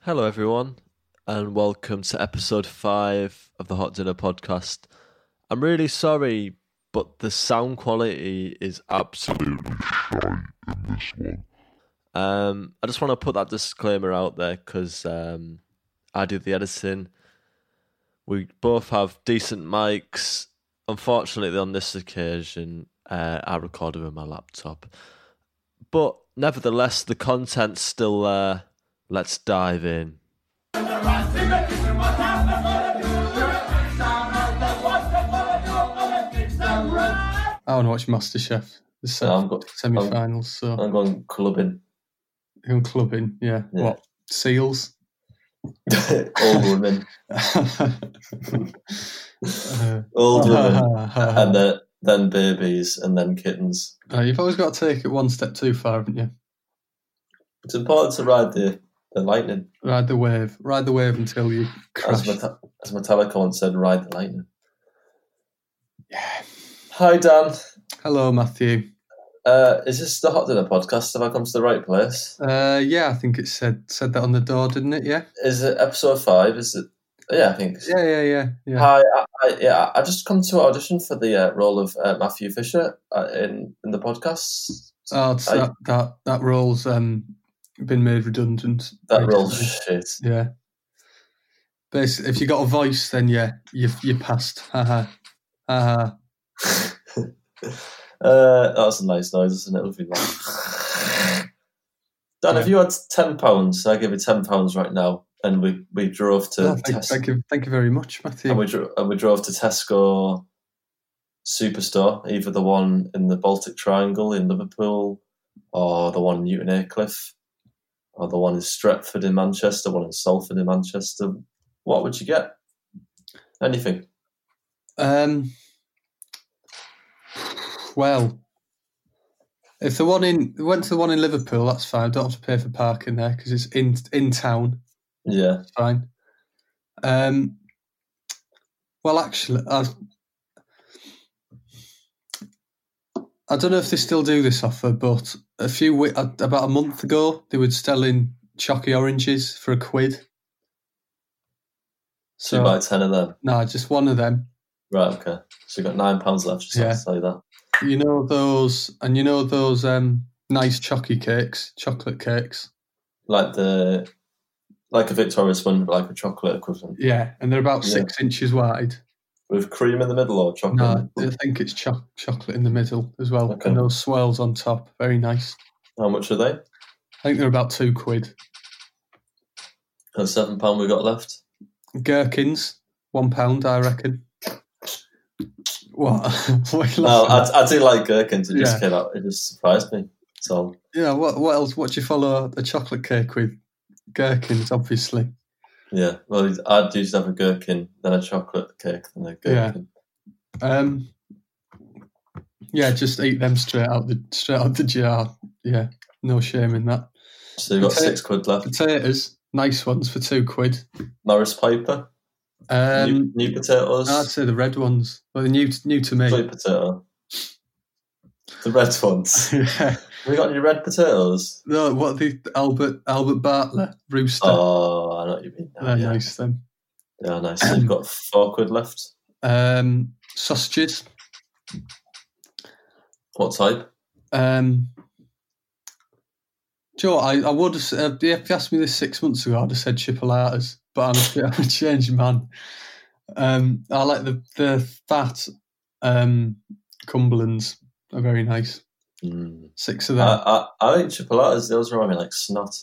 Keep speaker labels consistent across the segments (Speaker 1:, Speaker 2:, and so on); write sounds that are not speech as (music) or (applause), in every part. Speaker 1: Hello, everyone, and welcome to episode five of the Hot Dinner Podcast. I'm really sorry, but the sound quality is absolutely shite in this one. Um, I just want to put that disclaimer out there because um, I do the editing. We both have decent mics. Unfortunately, on this occasion, uh, I recorded with my laptop. But nevertheless, the content's still there. Let's dive in.
Speaker 2: I want to watch MasterChef, the se-
Speaker 3: I'm go-
Speaker 2: semi-finals. So
Speaker 3: I'm going clubbing. (laughs)
Speaker 2: who clubbing? Yeah.
Speaker 3: um, Yeah.
Speaker 2: What seals? (laughs)
Speaker 3: Old women.
Speaker 2: Uh,
Speaker 3: Old
Speaker 2: (laughs)
Speaker 3: women. and
Speaker 2: uh,
Speaker 3: then, then babies and then kittens.
Speaker 2: you've always got to take it one step too far, haven't you?
Speaker 3: It's important to ride the, the lightning.
Speaker 2: Ride the wave, ride the wave until you crash.
Speaker 3: As, Meta- as Metallica once said, ride the lightning.
Speaker 2: Yeah.
Speaker 3: Hi, Dan.
Speaker 2: Hello, Matthew.
Speaker 3: Uh, is this the Hot Dinner podcast? Have I come to the right place?
Speaker 2: Uh, yeah, I think it said said that on the door, didn't it? Yeah.
Speaker 3: Is it episode five? Is it? Yeah, I think.
Speaker 2: Yeah, yeah, yeah, yeah.
Speaker 3: Hi, I, I, yeah, I just come to audition for the uh, role of uh, Matthew Fisher uh, in in the podcast.
Speaker 2: Oh, it's
Speaker 3: I-
Speaker 2: that, that that role's um been made redundant.
Speaker 3: that role,
Speaker 2: (laughs) recently.
Speaker 3: shit.
Speaker 2: Yeah. Bas if you got a voice, then yeah, you've you passed. Haha. Haha.
Speaker 3: (laughs) Uh, that's a nice noise, isn't it? Lovely noise. Dan, if you had ten pounds, I give you ten pounds right now, and we, we drove to
Speaker 2: Oh, thank,
Speaker 3: Tes-
Speaker 2: thank you, thank you very much, Matthew.
Speaker 3: and we dro- and we drove to Tesco Superstore, either the one in the Baltic Triangle in Liverpool, or the one in Newton Aycliffe, or the one in Stretford in Manchester, one in Salford in Manchester. What would you get? Anything?
Speaker 2: Um. Well, if the one in went to the one in Liverpool, that's fine. Don't have to pay for parking there because it's in in town.
Speaker 3: Yeah.
Speaker 2: It's fine. Um. Well, actually, I. I don't know if they still do this offer, but a few we- a- about a month ago they were selling chocky oranges for a quid.
Speaker 3: Two
Speaker 2: So-
Speaker 3: by ten of them.
Speaker 2: No, just one of them.
Speaker 3: Right, okay. So you got nine pounds left, just
Speaker 2: Yeah.
Speaker 3: to say that.
Speaker 2: You know those, and you know those um nice chocky cakes, chocolate cakes.
Speaker 3: like the like a Victoria sponge, but like a chocolate equivalent
Speaker 2: Yeah, and they're about
Speaker 3: Yeah.
Speaker 2: six inches wide.
Speaker 3: with cream in the middle or chocolate.
Speaker 2: No, I think it's cho- chocolate in the middle as well,
Speaker 3: Okay.
Speaker 2: and those swirls on top. Very nice.
Speaker 3: How much are they?
Speaker 2: I think they're about two quid.
Speaker 3: That's seven pound we got left.
Speaker 2: Gherkins, one pound, I reckon. What? (laughs) what are you
Speaker 3: No,
Speaker 2: laughing at?
Speaker 3: I, I do like gherkins. It
Speaker 2: Yeah.
Speaker 3: just came out. It just surprised me. So
Speaker 2: yeah. What? What else? What do you follow a chocolate cake with? Gherkins, obviously.
Speaker 3: yeah, well, I'd usually have a gherkin, then a chocolate cake, then a gherkin.
Speaker 2: Um, yeah, just eat them straight out the straight out the jar. Yeah, no shame in that.
Speaker 3: So you've got
Speaker 2: Potato-
Speaker 3: six quid left.
Speaker 2: Potatoes, nice ones for two quid.
Speaker 3: Morris Piper, new,
Speaker 2: Um,
Speaker 3: new potatoes,
Speaker 2: I'd say the red ones. Well, they're new new to
Speaker 3: sweet
Speaker 2: me.
Speaker 3: potato. The red
Speaker 2: (laughs)
Speaker 3: ones.
Speaker 2: yeah.
Speaker 3: we got any red potatoes?
Speaker 2: (laughs) No, what the Albert Albert Bartlett rooster.
Speaker 3: Oh, I know what you mean. Now,
Speaker 2: they're
Speaker 3: yeah.
Speaker 2: nice them.
Speaker 3: yeah, nice. So you've got four quid left.
Speaker 2: Um, sausages.
Speaker 3: What type?
Speaker 2: Um, do you know what? I, I would have, uh, if you asked me this six months ago, I'd have said chipolatas, but I'm a, bit- I'm a (laughs) changed man. Um, I like the, the fat um, Cumberlands are very nice.
Speaker 3: Mm.
Speaker 2: Six of them.
Speaker 3: I, Uh, I, I think chipolatas, those are me like snot.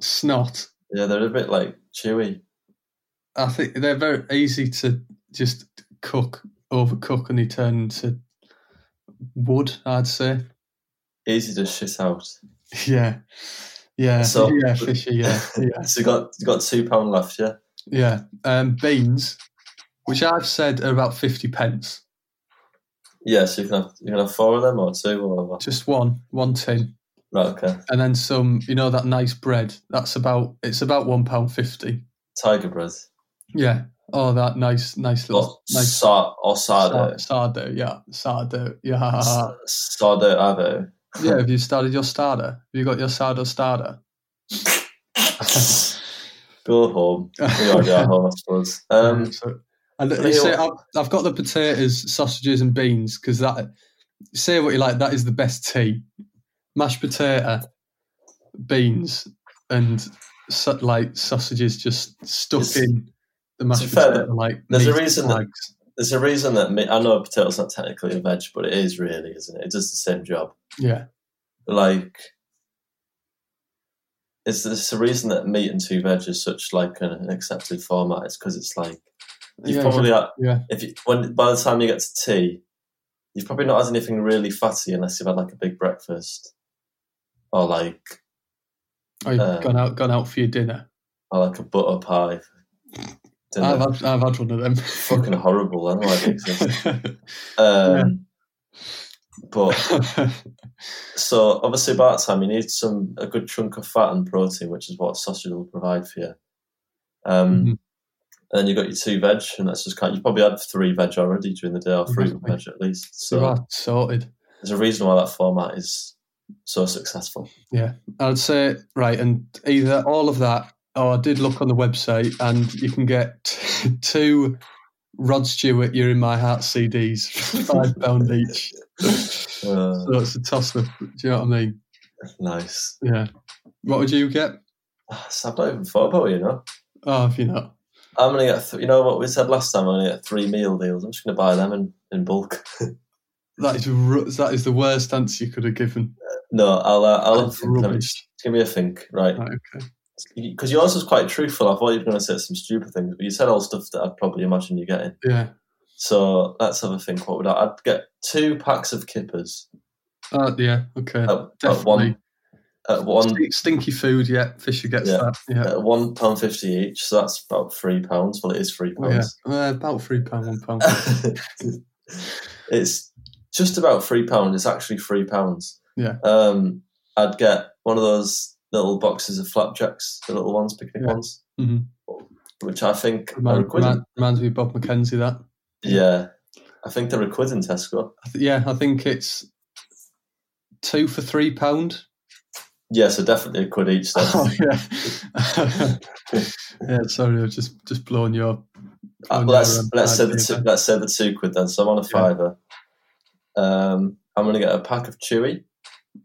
Speaker 2: Snot.
Speaker 3: Yeah, they're a bit like chewy.
Speaker 2: I think they're very easy to just cook, overcook, and they turn into wood, I'd say. (laughs)
Speaker 3: Easy to shit out.
Speaker 2: Yeah. Yeah.
Speaker 3: So-
Speaker 2: yeah, fishy, yeah. (laughs) Yeah.
Speaker 3: So you got you got two pound left, yeah.
Speaker 2: Yeah, um, beans, which I've said are about fifty pence.
Speaker 3: Yeah, so you can have you can have four of them or two or whatever.
Speaker 2: Just one, one tin,
Speaker 3: Right, okay.
Speaker 2: and then some. You know that nice bread. That's about. It's about one pound fifty.
Speaker 3: Tiger bread.
Speaker 2: Yeah. Oh, that nice, nice
Speaker 3: Or
Speaker 2: little nice
Speaker 3: sa- or sardo.
Speaker 2: Sa- Sardo, yeah, sardo, yeah, (laughs)
Speaker 3: S- Sardo avo.
Speaker 2: yeah. Have you started your starter? Have you got your sardo starter?
Speaker 3: Go home. We already
Speaker 2: (laughs)
Speaker 3: are home, I suppose. Um,
Speaker 2: So- and they say I've, I've got the potatoes, sausages, and beans because that. Say what you like. That is the best tea: mashed potato, beans, and sa- like sausages just stuck
Speaker 3: It's-
Speaker 2: in the mashed
Speaker 3: to be fair,
Speaker 2: potato. Like
Speaker 3: there's a
Speaker 2: meat
Speaker 3: reason that-
Speaker 2: flags.
Speaker 3: there's a reason that me- I know potato's not technically a veg, but it is really, isn't it? It does the same job.
Speaker 2: yeah,
Speaker 3: Like, it's, it's the reason that meat and two veg is such like an accepted format. It's because it's like you've
Speaker 2: yeah,
Speaker 3: probably had-
Speaker 2: yeah.
Speaker 3: if you, when by the time you get to tea, you've probably not had anything really fatty unless you've had like a big breakfast or like
Speaker 2: Oh, you've
Speaker 3: uh,
Speaker 2: gone out, gone out for your dinner.
Speaker 3: or like a butter pie. Dinner.
Speaker 2: I've had, I've had one of them. (laughs)
Speaker 3: fucking horrible. I don't know why it exists. Um, But So obviously, by that time, you need some a good chunk of fat and protein, which is what sausage will provide for you. Um,
Speaker 2: Mhm.
Speaker 3: And then you got your two veg, and that's just kind. You probably had three veg already during the day, or three
Speaker 2: Exactly.
Speaker 3: veg at least.
Speaker 2: So
Speaker 3: So
Speaker 2: that's sorted.
Speaker 3: there's a reason why that format is so successful.
Speaker 2: I'd say right, and either all of that, or I did look on the website, and you can get (laughs) t- two Rod Stewart "You're in My Heart" CDs, five pound each. So
Speaker 3: Uh,
Speaker 2: it's a toss up. Do you know what I mean?
Speaker 3: nice. (sighs)
Speaker 2: Yeah. What would you get?
Speaker 3: So I've not even thought about it, you know.
Speaker 2: Oh, if you're not.
Speaker 3: I'm gonna get. Th- you know what we said last time? I'm gonna get three meal deals. I'm just gonna buy them in, in bulk.
Speaker 2: That is ru- that is the worst answer you could have given.
Speaker 3: no, I'll. Uh, I'll have a
Speaker 2: That's
Speaker 3: think. Let me
Speaker 2: rubbish.
Speaker 3: just- give me a think. Right.
Speaker 2: Right, okay.
Speaker 3: because yours was quite truthful. I thought you were going to say some stupid things, but you said all stuff that I'd probably imagine you getting.
Speaker 2: Yeah.
Speaker 3: So let's have a think. What would I? I'd get two packs of kippers
Speaker 2: Oh, yeah. Okay.
Speaker 3: at, at
Speaker 2: Definitely.
Speaker 3: one at one
Speaker 2: Stink- Stinky food. Yeah. Fisher gets
Speaker 3: Yeah.
Speaker 2: that. Yeah.
Speaker 3: at one pound fifty each. So that's about three pounds. Well, it is three
Speaker 2: Oh, yeah.
Speaker 3: pounds.
Speaker 2: Uh, about three pound, one
Speaker 3: (laughs)
Speaker 2: pound.
Speaker 3: it's just about three pounds. It's actually three pounds.
Speaker 2: Yeah.
Speaker 3: Um, I'd get one of those little boxes of flapjacks, the little ones, picnic
Speaker 2: Yeah.
Speaker 3: ones,
Speaker 2: Mhm.
Speaker 3: which I think are a
Speaker 2: Remind,
Speaker 3: quid.
Speaker 2: remind, reminds me of Bob McKenzie that.
Speaker 3: Yeah, I think they're a quid in Tesco.
Speaker 2: I th- yeah, I think it's two for three
Speaker 3: (laughs)
Speaker 2: pound.
Speaker 3: Yeah, so definitely a quid each. Then.
Speaker 2: (laughs) yeah. (laughs) yeah, sorry, I was just just blowing your.
Speaker 3: Uh,
Speaker 2: blowing
Speaker 3: let's
Speaker 2: your, um,
Speaker 3: let's say the
Speaker 2: idea
Speaker 3: two,
Speaker 2: there.
Speaker 3: let's say the two quid then. So I'm on a
Speaker 2: Yeah.
Speaker 3: fiver. Um, I'm gonna get a pack of chewy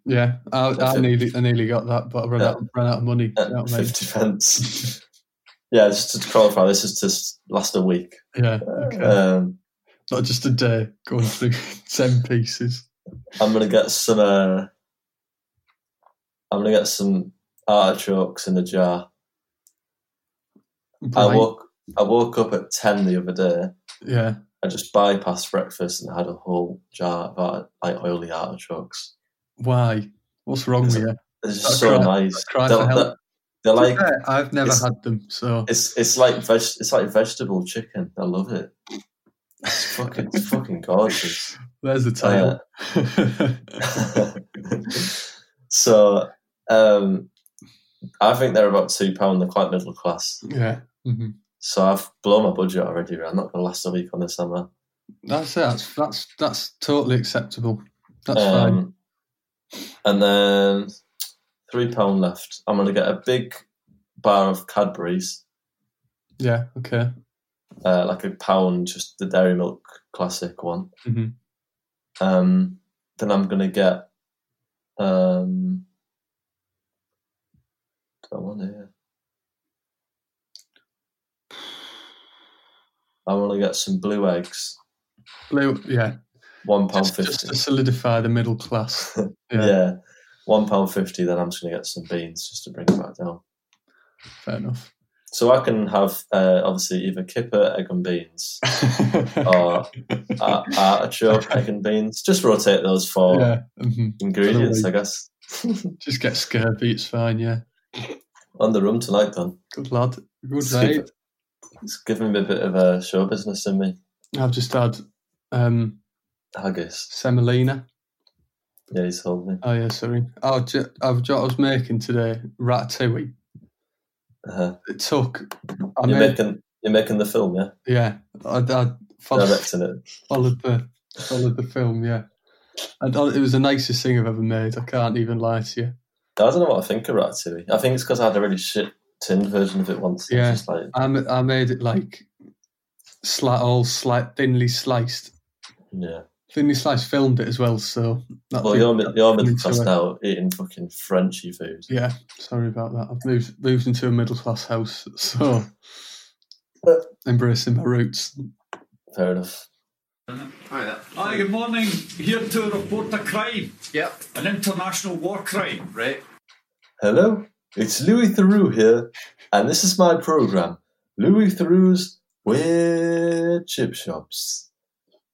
Speaker 2: Yeah, I, I
Speaker 3: That's it.
Speaker 2: nearly I nearly got that, but I ran
Speaker 3: Yeah.
Speaker 2: out ran out of money. you
Speaker 3: at
Speaker 2: know what I mean?
Speaker 3: fifty pence. (laughs) yeah, just to qualify, this is just last a week.
Speaker 2: Yeah, okay.
Speaker 3: Um,
Speaker 2: not just a day going through (laughs) ten pieces.
Speaker 3: I'm gonna get some. Uh, I'm gonna get some artichokes in a jar. I
Speaker 2: Right,
Speaker 3: woke I woke up at ten the other day.
Speaker 2: yeah,
Speaker 3: I just bypassed breakfast and had a whole jar of art, like oily artichokes.
Speaker 2: why? What's wrong with you?
Speaker 3: It's
Speaker 2: That's
Speaker 3: just so
Speaker 2: right.
Speaker 3: nice.
Speaker 2: Cry
Speaker 3: They're,
Speaker 2: for help.
Speaker 3: they're- they're like
Speaker 2: Yeah, I've never
Speaker 3: it's-
Speaker 2: had them, so
Speaker 3: it's it's like veg, it's like vegetable chicken. I love it. It's fucking it's fucking gorgeous.
Speaker 2: there's the title.
Speaker 3: uh, (laughs) so um, I think they're about two pound. They're quite middle class.
Speaker 2: (laughs) yeah. hmm
Speaker 3: So I've blown my budget already. I'm not gonna last a week on this, am I?
Speaker 2: That's it. That's that's that's totally acceptable. That's fine.
Speaker 3: Um, and then three pound left. I'm gonna get a big bar of Cadbury's.
Speaker 2: Yeah. Okay.
Speaker 3: uh, like a pound, just the Dairy Milk classic one.
Speaker 2: Mhm.
Speaker 3: Um, then I'm gonna get. Um, that one here. I want to get some blue eggs.
Speaker 2: Blue. Yeah.
Speaker 3: One pound
Speaker 2: Just, just
Speaker 3: fifty.
Speaker 2: to solidify the middle class.
Speaker 3: (laughs) yeah.
Speaker 2: Yeah.
Speaker 3: One pound fifty. Then I'm just gonna get some beans just to bring it back down.
Speaker 2: Fair enough.
Speaker 3: (laughs) So I can have uh, obviously either kipper, egg and beans,
Speaker 2: (laughs)
Speaker 3: or uh, artichoke, egg and beans. Just rotate those four
Speaker 2: yeah. hmm
Speaker 3: ingredients, I guess.
Speaker 2: Just get scurvy. It's fine. Yeah.
Speaker 3: On the room tonight, then.
Speaker 2: Good lad. Good
Speaker 3: Skip
Speaker 2: mate.
Speaker 3: it. It's giving me a bit of a show business in me.
Speaker 2: I've just had um,
Speaker 3: Haggis.
Speaker 2: semolina.
Speaker 3: Yeah, he's told me.
Speaker 2: Oh yeah. Sorry. Oh, ju- I've just, I was making today ratatouille.
Speaker 3: Uh-huh.
Speaker 2: It took. I
Speaker 3: You're
Speaker 2: made,
Speaker 3: making you're making the film, yeah?
Speaker 2: yeah. I, I followed,
Speaker 3: Directing it.
Speaker 2: followed the followed the film. Yeah. And uh, it was the nicest thing I've ever made. I can't even lie to you.
Speaker 3: I don't know what I think of Ratatouille. I think it's because I had a really shit tin version of it once. It was
Speaker 2: Yeah.
Speaker 3: just like
Speaker 2: I, ma- I made it like sli- all sli- thinly sliced.
Speaker 3: yeah.
Speaker 2: Thinly sliced filmed it as well, so. that
Speaker 3: Well,
Speaker 2: did-
Speaker 3: you're mid- you're
Speaker 2: that
Speaker 3: middle
Speaker 2: into
Speaker 3: class
Speaker 2: it.
Speaker 3: now, eating fucking Frenchy food.
Speaker 2: Yeah, sorry about that. I've moved moved into a middle class house, so embracing my roots.
Speaker 3: Fair enough.
Speaker 4: Hi, good morning. Here to report a crime. Yep. An international war crime. Right.
Speaker 3: Hello, it's Louis Theroux here, and this is my program, Louis Theroux's Weird Chip Shops.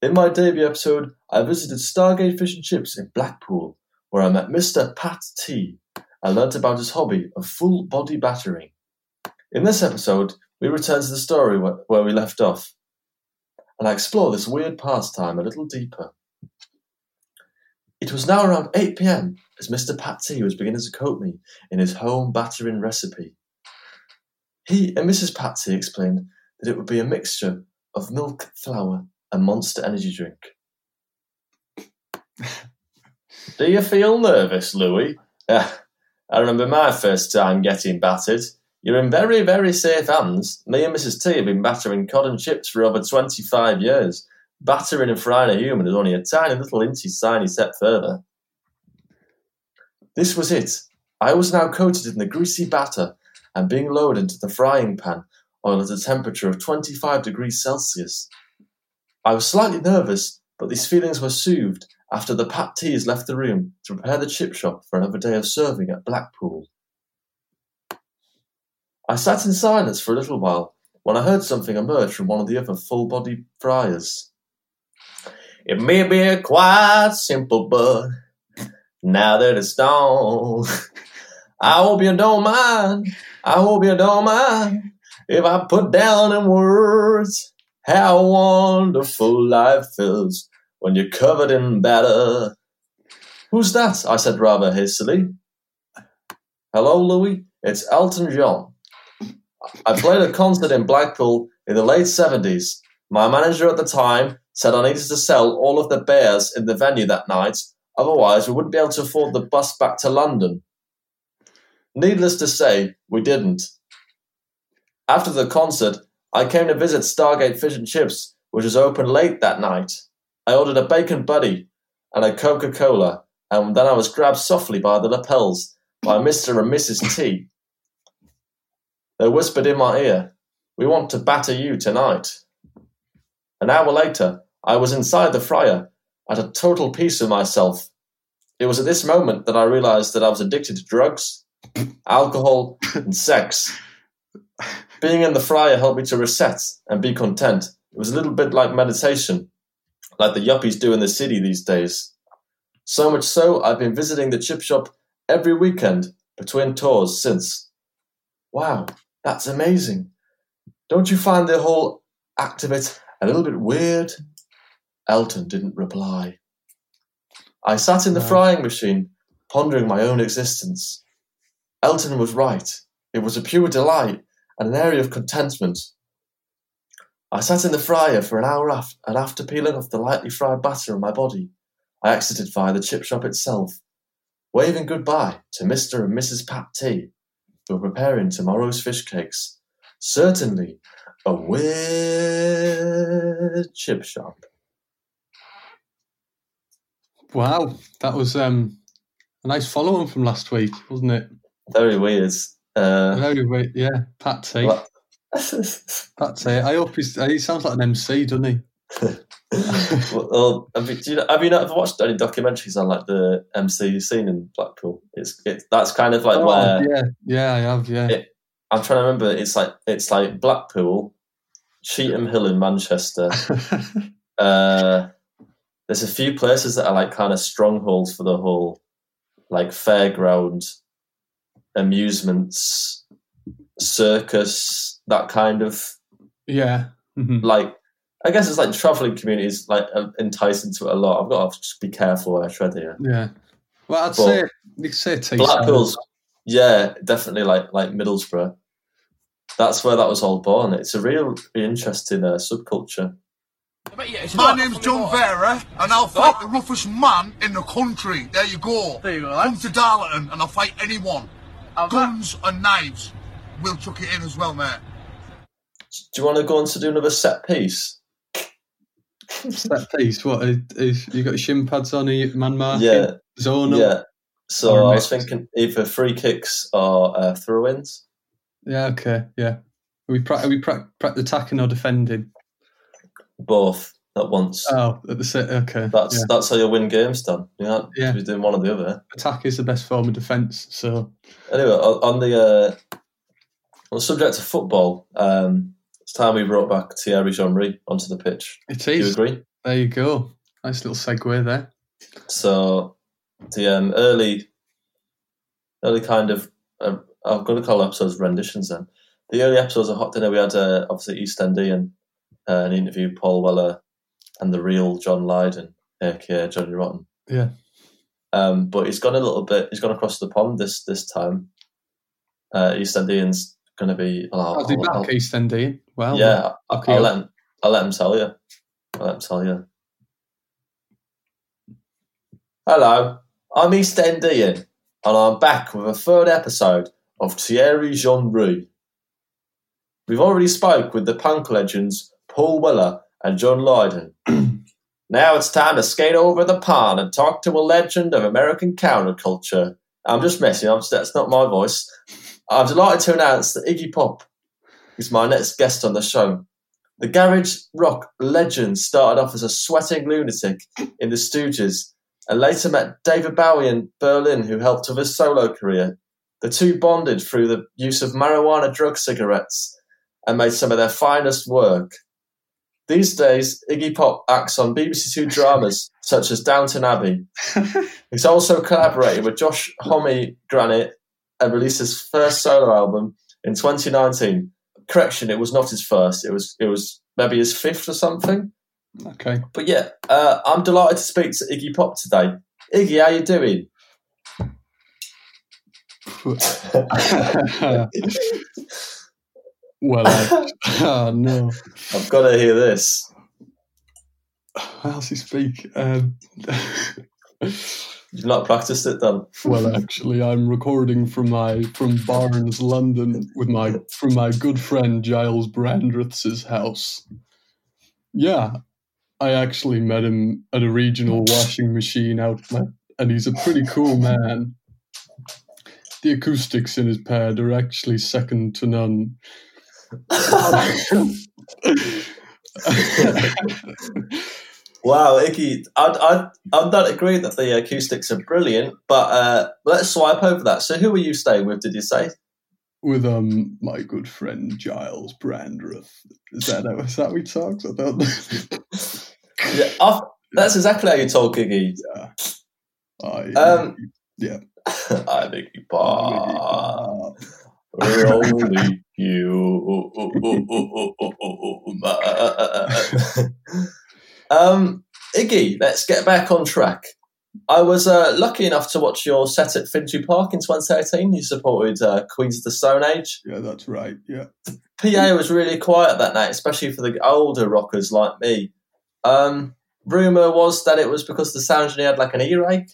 Speaker 3: In my debut episode, I visited Stargate Fish and Chips in Blackpool, where I met Mr. Pat T and learnt about his hobby of full body battering. In this episode, we return to the story wh- where we left off, and I explore this weird pastime a little deeper. It was now around 8 pm as Mr. Pat T was beginning to coat me in his home battering recipe. He and Mrs. Patsy explained that it would be a mixture of milk, flour, and monster energy drink. Do you feel nervous, Louis? "Ah, (laughs) I remember my first time getting battered. You're in very, very safe hands. Me and Mrs. T have been battering cod and chips for over 25 years. Battering and frying a human is only a tiny little inchy, tiny step further. This was it. I was now coated in the greasy batter and being lowered into the frying pan, oil at a temperature of 25 degrees Celsius. I was slightly nervous, but these feelings were soothed after the Pat T's left the room to prepare the chip shop for another day of serving at Blackpool. I sat in silence for a little while when I heard something emerge from one of the other full body fryers. It may be quite simple, but now that it's done. I hope you don't mind. I hope you don't mind if I put down in words how wonderful life is when you're covered in batter. Who's that? I said rather hastily. Hello, Louis. It's Elton John. I played a concert in Blackpool in the late 70s. My manager at the time said I needed to sell all of the bears in the venue that night, otherwise, we wouldn't be able to afford the bus back to London. Needless to say, we didn't. After the concert, I came to visit Stargate Fish and Chips, which was open late that night. I ordered a bacon buddy and a Coca Cola, and then I was grabbed softly by the lapels by Mr. and Mrs. T. They whispered in my ear, We want to batter you tonight. An hour later, I was inside the fryer at a total peace with myself. It was at this moment that I realized that I was addicted to drugs alcohol, and sex. Being in the fryer helped me to reset and be content. It was a little bit like meditation, like the yuppies do in the city these days. So much so, I've been visiting the chip shop every weekend between tours since. Wow, that's amazing. Don't you find the whole act of it a little bit weird? Elton didn't reply. I sat in the
Speaker 2: No.
Speaker 3: frying machine, pondering my own existence. Elton was right. It was a pure delight and an area of contentment. I sat in the fryer for an hour after, and after peeling off the lightly fried batter on my body, I exited via the chip shop itself, waving goodbye to Mr. and Mrs. Pat T, who were preparing tomorrow's fish cakes. Certainly a weird chip shop.
Speaker 2: Wow, that was um, a nice follow on from last week, wasn't it?
Speaker 3: Very weird. (laughs) Uh,
Speaker 2: Very weird. Yeah, Pat T.
Speaker 3: well-
Speaker 2: Pat T. I hope he's, he sounds like an MC, doesn't he?
Speaker 3: well, have you, do you, have you not watched any documentaries on like the MC scene in Blackpool? It's it, that's kind of like
Speaker 2: Oh,
Speaker 3: where
Speaker 2: yeah, yeah, I have. Yeah,
Speaker 3: Yeah. I'm trying to remember. It's like it's like Blackpool, Cheetham Hill in Manchester. uh, there's a few places that are like kind of strongholds for the whole like fairground, amusements, circus, that kind of
Speaker 2: (laughs) yeah. Mhm.
Speaker 3: like I guess it's like traveling communities like uh, enticed into it a lot. I've got to just be careful where I tread here.
Speaker 2: yeah. Well, I'd
Speaker 3: Well,
Speaker 2: say you could say T.
Speaker 3: Blackpool's, yeah, definitely like like Middlesbrough. That's where that was all born. It's a real interesting uh, subculture.
Speaker 5: My name's John Vera, and I'll fight the roughest man in the country. There you go. There you go. Come to Darlington, and I'll fight anyone. Guns and knives. we'll chuck it in as well, mate.
Speaker 3: Do you want to go on to do another set piece?
Speaker 2: Set piece. What is, is you got shin pads on? Are you man marking?
Speaker 3: Yeah,
Speaker 2: Zone up.
Speaker 3: yeah. So
Speaker 2: Or
Speaker 3: I was
Speaker 2: misses.
Speaker 3: thinking either free kicks or uh, throw-ins.
Speaker 2: Yeah, Okay. Yeah. Are we pra- are we pra- pra- attacking or defending?
Speaker 3: both at once.
Speaker 2: Oh, at the set. Okay.
Speaker 3: that's
Speaker 2: yeah.
Speaker 3: that's how you win games, Dan. You know,
Speaker 2: Yeah.
Speaker 3: yeah. be doing one or the other.
Speaker 2: attack is the best form of defense. So
Speaker 3: Anyway, on on the uh, on the subject of football, um, it's time we brought back Thierry Henry onto the pitch.
Speaker 2: it
Speaker 3: Do you
Speaker 2: is.
Speaker 3: agree?
Speaker 2: There you go. Nice little segue there.
Speaker 3: So the um, early, early kind of uh, I'm going to call episodes renditions. Then the early episodes of Hot Dinner, we had uh, obviously East Endy and uh, an interview Paul Weller and the real John Lydon, aka Johnny Rotten.
Speaker 2: Yeah.
Speaker 3: Um, but he's gone a little bit. He's gone across the pond this this time. Uh, East Endian's going to be. Well, I'll-
Speaker 2: I'll be
Speaker 3: I'll- I'll-
Speaker 2: back, East Endian. Well,
Speaker 3: Oh, yeah, I-
Speaker 2: Okay.
Speaker 3: I'll let him. I'll let him tell you. I'll let him tell you. Hello, I'm East Endian, and I'm back with a third episode of Thierry Jeanru. We've already spoke with the punk legends Paul Weller and John Lydon. (clears throat) now it's time to skate over the pond and talk to a legend of American counterculture. I'm just messing. I'm, that's not my voice. I'm delighted to announce that Iggy Pop is my next guest on the show. The garage rock legend started off as a sweating lunatic in the Stooges and later met David Bowie in Berlin, who helped with his solo career. The two bonded through the use of marijuana drug cigarettes and made some of their finest work. These days, Iggy Pop acts on BBC Two dramas such as Downton Abbey. He's also collaborated with Josh Homme Granite and released his first solo album in 2019 correction, it was not his first. It was it was maybe his fifth or something.
Speaker 2: Okay. (laughs)
Speaker 3: But yeah, uh, I'm delighted to speak to Iggy Pop today. Iggy, how you
Speaker 2: (laughs)
Speaker 3: doing?
Speaker 2: well, uh, (laughs) oh no.
Speaker 3: I've got to hear this.
Speaker 2: How else he speak? Um, (laughs)
Speaker 3: You've not practiced it, then.
Speaker 2: well, actually, I'm recording from my from Barnes, London, with my from my good friend Giles Brandreth's house. Yeah, I actually met him at a regional washing machine outlet, and he's a pretty cool man. The acoustics in his pad are actually second to none. (laughs)
Speaker 3: Wow, Iggy, I'd, I'd, I'd not agree that the acoustics are brilliant, but uh, let's swipe over that. So, who were you staying with, did you say?
Speaker 2: with um my good friend Giles Brandreth. Is that how, is that how he talks? I don't know.
Speaker 3: Yeah, I've- that's exactly how you talk, Iggy.
Speaker 2: I,
Speaker 3: Um, ah.
Speaker 2: Yeah.
Speaker 3: (laughs) I'm Iggy Pop. Only you. (laughs) um, Iggy, let's get back on track. I was uh, lucky enough to watch your set at Finchley Park in 2013. You supported uh, Queens of the Stone Age.
Speaker 2: yeah, that's right. Yeah.
Speaker 3: PA was really quiet that night, especially for the older rockers like me. Um, Rumour was that it was because the sound engineer had like an earache.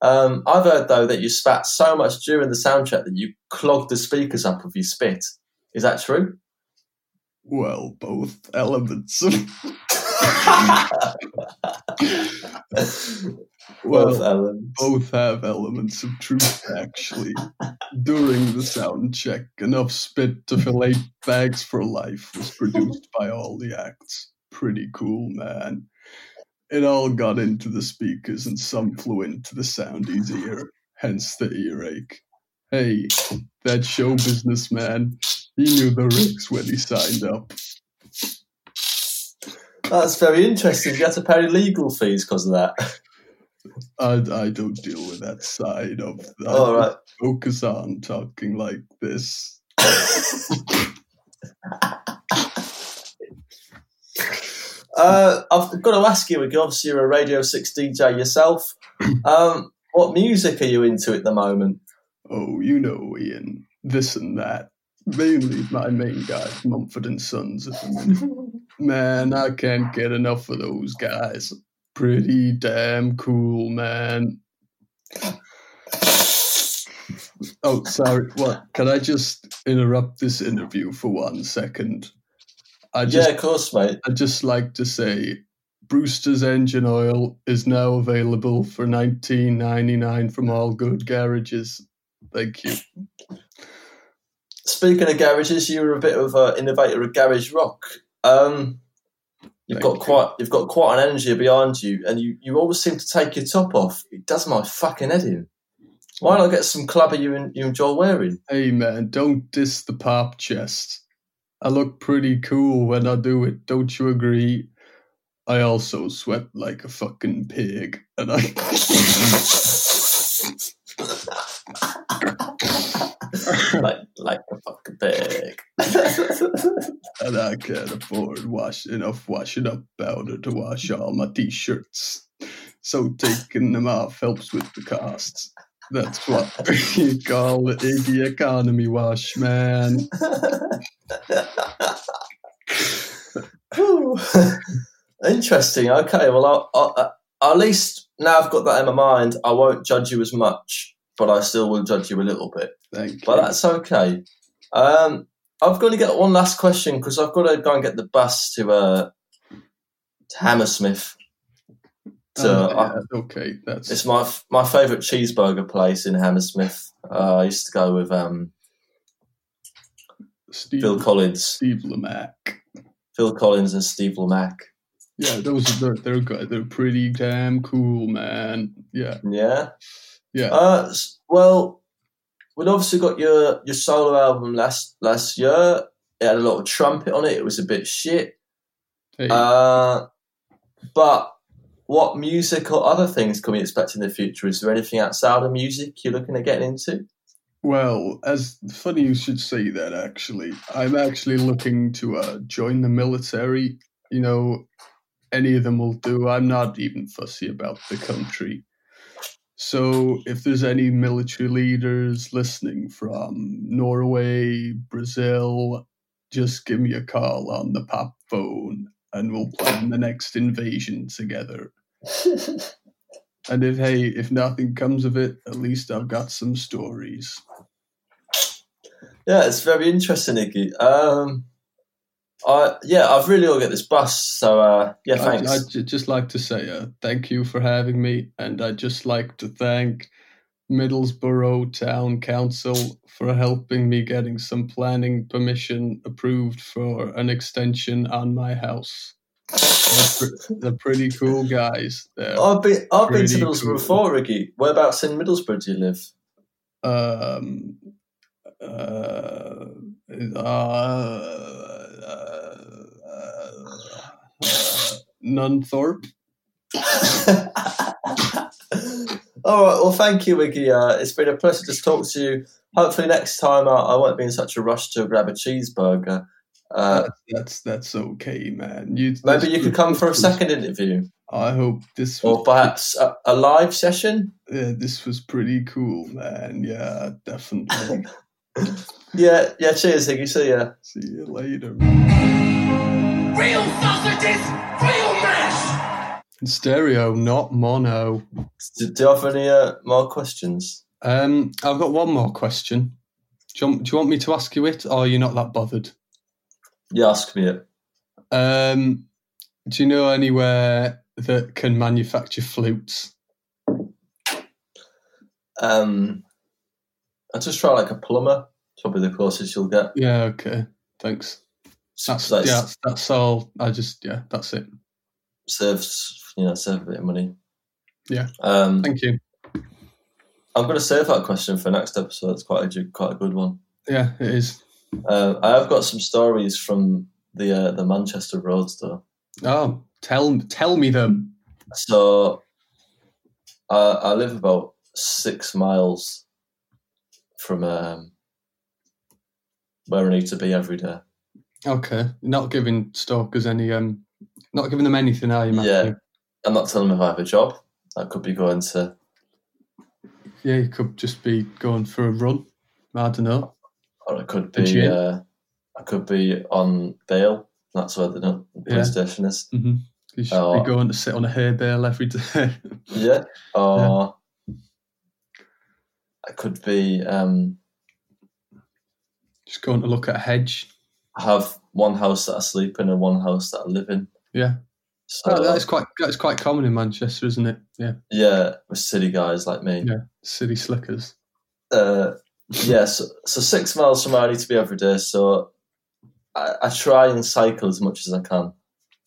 Speaker 3: Um, I've heard though that you spat so much during the sound check that you clogged the speakers up with your spit. Is that true?
Speaker 2: Well, both elements.
Speaker 3: (laughs) Both
Speaker 2: (laughs) well, oh.
Speaker 3: elements.
Speaker 2: both have elements of truth,
Speaker 3: (laughs)
Speaker 2: actually. During the sound check, enough spit to fill eight bags for life was produced by all the acts. Pretty cool, man. It all got into the speakers and some flew into the soundie's ear, hence the earache. Hey, that show business man, he knew the risks when he signed up.
Speaker 3: That's very interesting. You had to pay legal fees because of that.
Speaker 2: (laughs) I, I don't deal with that side of I
Speaker 3: All right.
Speaker 2: focus on talking like this.
Speaker 3: Uh, I've got to ask you, Iggy, obviously you're a Radio 6 DJ
Speaker 2: (clears throat)
Speaker 3: yourself. Um, what music are you into at the moment?
Speaker 2: Oh, you know, Ian, this and that. Mainly my main guy, Mumford and Sons. At the minute.
Speaker 3: (laughs)
Speaker 2: Man, I can't get enough of those guys. Pretty damn cool, man. Oh, sorry. What? Can I just interrupt this interview for one second? I just,
Speaker 3: yeah, of course, mate.
Speaker 2: I'd just like to say Brewster's engine oil is now available for nineteen ninety nine from all good garages. Thank you.
Speaker 3: Speaking of garages, you were a bit of an innovator of garage rock. Um, you've
Speaker 2: Thank
Speaker 3: got
Speaker 2: you.
Speaker 3: quite you've got quite an energy behind you, and you, you always seem to take your top off. It does my fucking head in. Why not get some clubber you and you enjoy
Speaker 2: (coughs)
Speaker 3: wearing?
Speaker 2: Hey man, don't diss the pop chest. I look pretty cool when I do it, don't you agree? I also sweat like a fucking pig, and I
Speaker 3: like like a fucking pig.
Speaker 2: and I can't afford wash enough washing up powder to wash all my t-shirts. So taking them off helps with the costs. That's what (laughs) you call the Iggy economy wash, man.
Speaker 3: Whew. (laughs) Interesting. Okay. Well, I, I, I, at least now I've got that in my mind. I won't judge you as much, but I still will judge you a little bit.
Speaker 2: Thank
Speaker 3: But
Speaker 2: you.
Speaker 3: that's okay. Um, I've got to get one last question because I've got to go and get the bus to, uh, to Hammersmith. To,
Speaker 2: Oh,
Speaker 3: I-
Speaker 2: yeah, okay, that's
Speaker 3: uh, it's my f- my favourite cheeseburger place in Hammersmith. Uh, I used to go with um,
Speaker 2: Steve,
Speaker 3: Phil Collins,
Speaker 2: Steve Lamack.
Speaker 3: Phil Collins, and Steve Lamack.
Speaker 2: Yeah, those are they're, they're good. They're pretty damn cool, man. Yeah,
Speaker 3: Yeah.
Speaker 2: yeah.
Speaker 3: Uh, s- well, we'd obviously got your your solo album last last year. It had a lot of trumpet on it. It was a bit shit.
Speaker 2: Hey,
Speaker 3: Uh, but what music or other things can we expect in the future? Is there anything outside of music you're looking at getting into?
Speaker 2: well, as funny you should say that. Actually, I'm actually looking to uh, join the military. You know, any of them will do. I'm not even fussy about the country. So, if there's any military leaders listening from Norway, Brazil, just give me a call on the pop phone, and we'll plan the next invasion together. And if hey, if nothing comes of it, at least I've got some stories.
Speaker 3: yeah, it's very interesting, Iggy. Um, I yeah, I've really got to get this bus. So uh, yeah, thanks.
Speaker 2: I, would just like to say uh, thank you for having me, and I'd just like to thank Middlesbrough Town Council for helping me getting some planning permission approved for an extension on my house. They're, pre- they're pretty cool guys. They're,
Speaker 3: I've been I've been to
Speaker 2: Really
Speaker 3: Middlesbrough
Speaker 2: cool.
Speaker 3: before, Iggy. Whereabouts in Middlesbrough do you live? Oh.
Speaker 2: um, uh, uh, uh, uh, Nunthorpe.
Speaker 3: All right. Well, thank you, Iggy. Uh, it's been a pleasure to talk to you. Hopefully, next time I, I won't be in such a rush to grab a cheeseburger. Uh,
Speaker 2: That's that's okay, man. You
Speaker 3: maybe you could come for a second Oh. interview,
Speaker 2: I hope this was
Speaker 3: or perhaps a, a live session.
Speaker 2: yeah, this was pretty cool, man. Yeah,
Speaker 3: (laughs)
Speaker 2: definitely.
Speaker 3: Yeah, yeah. Cheers, Iggy. See ya.
Speaker 2: See you later.
Speaker 6: Real sausages, real mash.
Speaker 2: Stereo, not mono.
Speaker 3: Do, do you have any uh, more questions?
Speaker 2: Um, I've got one more question. Do you, want, do you want me to ask you it, or you're not that bothered?
Speaker 3: Yeah, ask me it.
Speaker 2: Um, do you know anywhere that can manufacture flutes?
Speaker 3: Um, I'll just try like a plumber. Probably the closest you'll get.
Speaker 2: Yeah, okay, thanks. That's
Speaker 3: So
Speaker 2: yeah,
Speaker 3: it's-
Speaker 2: that's, that's all. I just yeah, that's it.
Speaker 3: serves you know save a bit of money.
Speaker 2: Yeah.
Speaker 3: Um,
Speaker 2: Thank you.
Speaker 3: I'm going to save that question for next episode. It's quite a ju- quite a good one.
Speaker 2: Yeah, it is.
Speaker 3: Um, I have got some stories from the uh, the Manchester Roadster.
Speaker 2: Oh, tell tell me them.
Speaker 3: So I I live about six miles from um, where I need to be every day.
Speaker 2: Okay, not giving stalkers any um, not giving them anything, are you, Matthew?
Speaker 3: I'm not telling them if I have a job. I could be going to.
Speaker 2: Yeah, you could just be going for a run. I don't know.
Speaker 3: Or I could
Speaker 2: The
Speaker 3: be.
Speaker 2: gym.
Speaker 3: Uh, I could be on bail. That's where the the police station is.
Speaker 2: Mm-hmm. You should
Speaker 3: Oh.
Speaker 2: be going to sit on a hay bale every day.
Speaker 3: Yeah. Or I could be um,
Speaker 2: (laughs) Just going to look at a hedge.
Speaker 3: have one house that I sleep in and one house that I live in.
Speaker 2: Yeah. Oh,
Speaker 3: So
Speaker 2: That, that is quite that is quite common in Manchester, isn't it? Yeah.
Speaker 3: yeah, with city guys like me.
Speaker 2: Yeah. City slickers.
Speaker 3: uh, yeah, so, so six miles from where I need to be every day. So I, I try and cycle as much as I can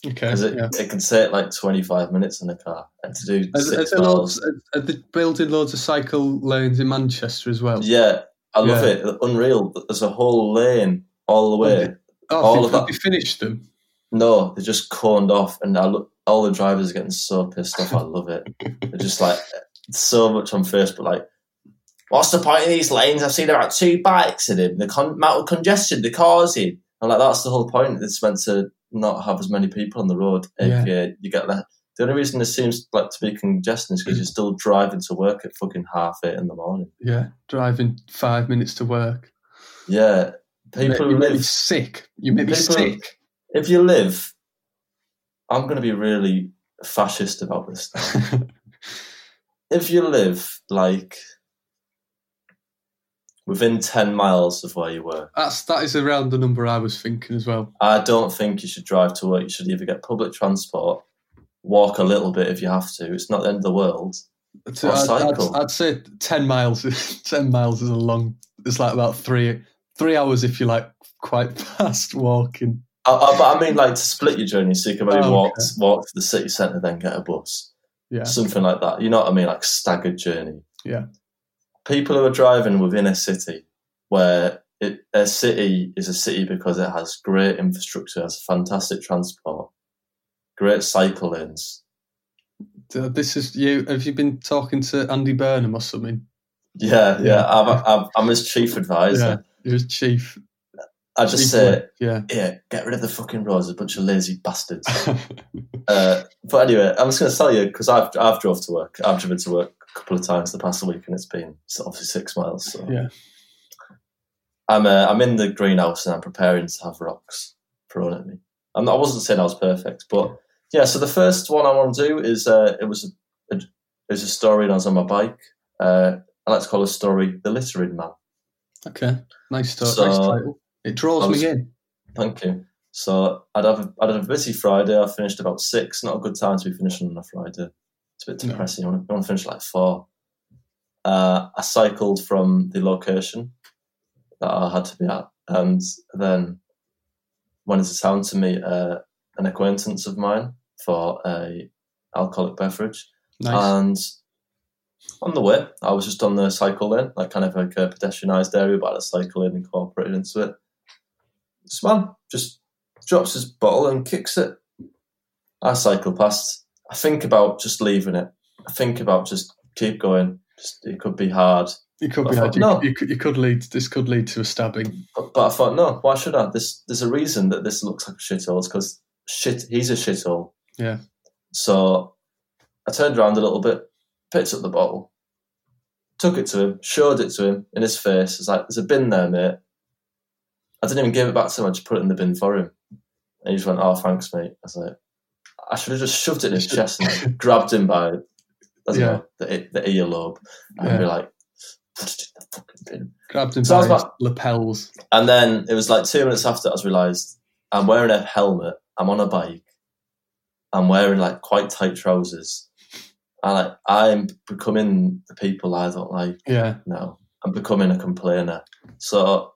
Speaker 2: Okay.
Speaker 3: because it,
Speaker 2: yeah.
Speaker 3: it can take like 25 minutes in a car. And to do
Speaker 2: Are, there- are
Speaker 3: six
Speaker 2: there
Speaker 3: miles,
Speaker 2: loads, are, are they building loads of cycle lanes in Manchester as well?
Speaker 3: yeah, I love
Speaker 2: Yeah.
Speaker 3: it. Unreal. There's a whole lane all the way.
Speaker 2: Oh,
Speaker 3: all
Speaker 2: have
Speaker 3: of
Speaker 2: they-
Speaker 3: that.
Speaker 2: Have you finished them?
Speaker 3: No, they're just coned off, and I look, all the drivers are getting so pissed off. I love it. They're just like so much on Facebook, like. What's the point of these lanes? I've seen about two bikes in them. The con- amount of congestion they're causing. I'm like, that's the whole point. It's meant to not have as many people on the road. If you, you get that. The only reason it seems like to be congestion is because you're still driving to work at fucking half eight in the morning.
Speaker 2: Yeah. Driving five minutes to work.
Speaker 3: Yeah,
Speaker 2: You
Speaker 3: people
Speaker 2: make- you
Speaker 3: who
Speaker 2: make me
Speaker 3: live
Speaker 2: sick. You make me
Speaker 3: People-
Speaker 2: sick.
Speaker 3: if you live, I'm going to be really fascist about this. if you live like within 10 miles of where you work,
Speaker 2: (laughs) That's that is around the number I was thinking as well.
Speaker 3: I don't think you should drive to work. You should either get public transport, walk a little bit if you have to. It's not the end of the world.
Speaker 2: So
Speaker 3: Or
Speaker 2: I'd, I'd,
Speaker 3: cycle.
Speaker 2: I'd say ten miles. (laughs) is- ten miles is a long. It's like about three three hours if you like quite (laughs) fast walking.
Speaker 3: I, I, Uh, but I mean, like to split your journey so you can maybe
Speaker 2: Oh,
Speaker 3: walk,
Speaker 2: okay.
Speaker 3: walk to the city centre, then get a bus.
Speaker 2: Yeah.
Speaker 3: something like that. You know what I mean? Like staggered journey.
Speaker 2: Yeah.
Speaker 3: People who are driving within a city, where it, a city is a city because it has great infrastructure, has fantastic transport, great cycle lanes.
Speaker 2: So this is you. Have you been talking to Andy Burnham or something?
Speaker 3: Yeah, yeah.
Speaker 2: Yeah.
Speaker 3: I'm, I'm, I'm his chief advisor.
Speaker 2: He was chief.
Speaker 3: I just
Speaker 2: chief
Speaker 3: say,
Speaker 2: whip, yeah.
Speaker 3: yeah, get rid of the fucking roads, a bunch of lazy bastards. Uh, but anyway, I'm just going to tell you because I've I've drove to work. I've driven to work a couple of times the past week, and it's been so obviously six miles. So.
Speaker 2: Yeah.
Speaker 3: I'm uh, I'm in the greenhouse and I'm preparing to have rocks thrown at me. I'm not, I wasn't saying I was perfect, but yeah. So the first one I want to do is uh, it was a, a it was a story, and I was on my bike. Uh, I like to call a story "The Littering Man."
Speaker 2: okay. Nice, to-
Speaker 3: So-
Speaker 2: nice title. It draws
Speaker 3: I was-
Speaker 2: me in.
Speaker 3: Thank you. So I'd have a, I'd have a busy Friday. I finished about six. Not a good time to be finishing on a Friday. It's a bit
Speaker 2: No.
Speaker 3: depressing. You, want to, you want to finish at like four. Uh, I cycled from the location that I had to be at, and then went into town to meet uh, an acquaintance of mine for a alcoholic beverage.
Speaker 2: Nice.
Speaker 3: And on the way, I was just on the cycle lane, like kind of like a pedestrianised area, but I had a cycle lane incorporated into it. This man just drops his bottle and kicks it. I cycle past. I think about just leaving it. I think about just keep going. Just, it could be hard.
Speaker 2: it could
Speaker 3: I
Speaker 2: be.
Speaker 3: thought,
Speaker 2: hard. You,
Speaker 3: no.
Speaker 2: you, could, you could lead. This could lead to a stabbing.
Speaker 3: But, but I thought, no, why should I? This, there's a reason that this looks like a shithole. It's because shit, he's a shithole.
Speaker 2: Yeah.
Speaker 3: So I turned around a little bit, picked up the bottle, took it to him, showed it to him in his face. It's like, there's a bin there, mate. I didn't even give it back to him. I just put it in the bin for him. And he just went, oh, thanks, mate. I was like, I should have just shoved it in his chest and
Speaker 2: (laughs)
Speaker 3: like, grabbed him by I don't
Speaker 2: Yeah.
Speaker 3: know, the, e- the earlobe and
Speaker 2: Yeah.
Speaker 3: be like, put it in the fucking bin.
Speaker 2: Grabbed him
Speaker 3: So I was
Speaker 2: by his
Speaker 3: about-
Speaker 2: lapels.
Speaker 3: And then it was like two minutes after I was realised I'm wearing a helmet, I'm on a bike, I'm wearing like quite tight trousers. And like I'm becoming the people I don't like
Speaker 2: Yeah.
Speaker 3: now. I'm becoming a complainer. So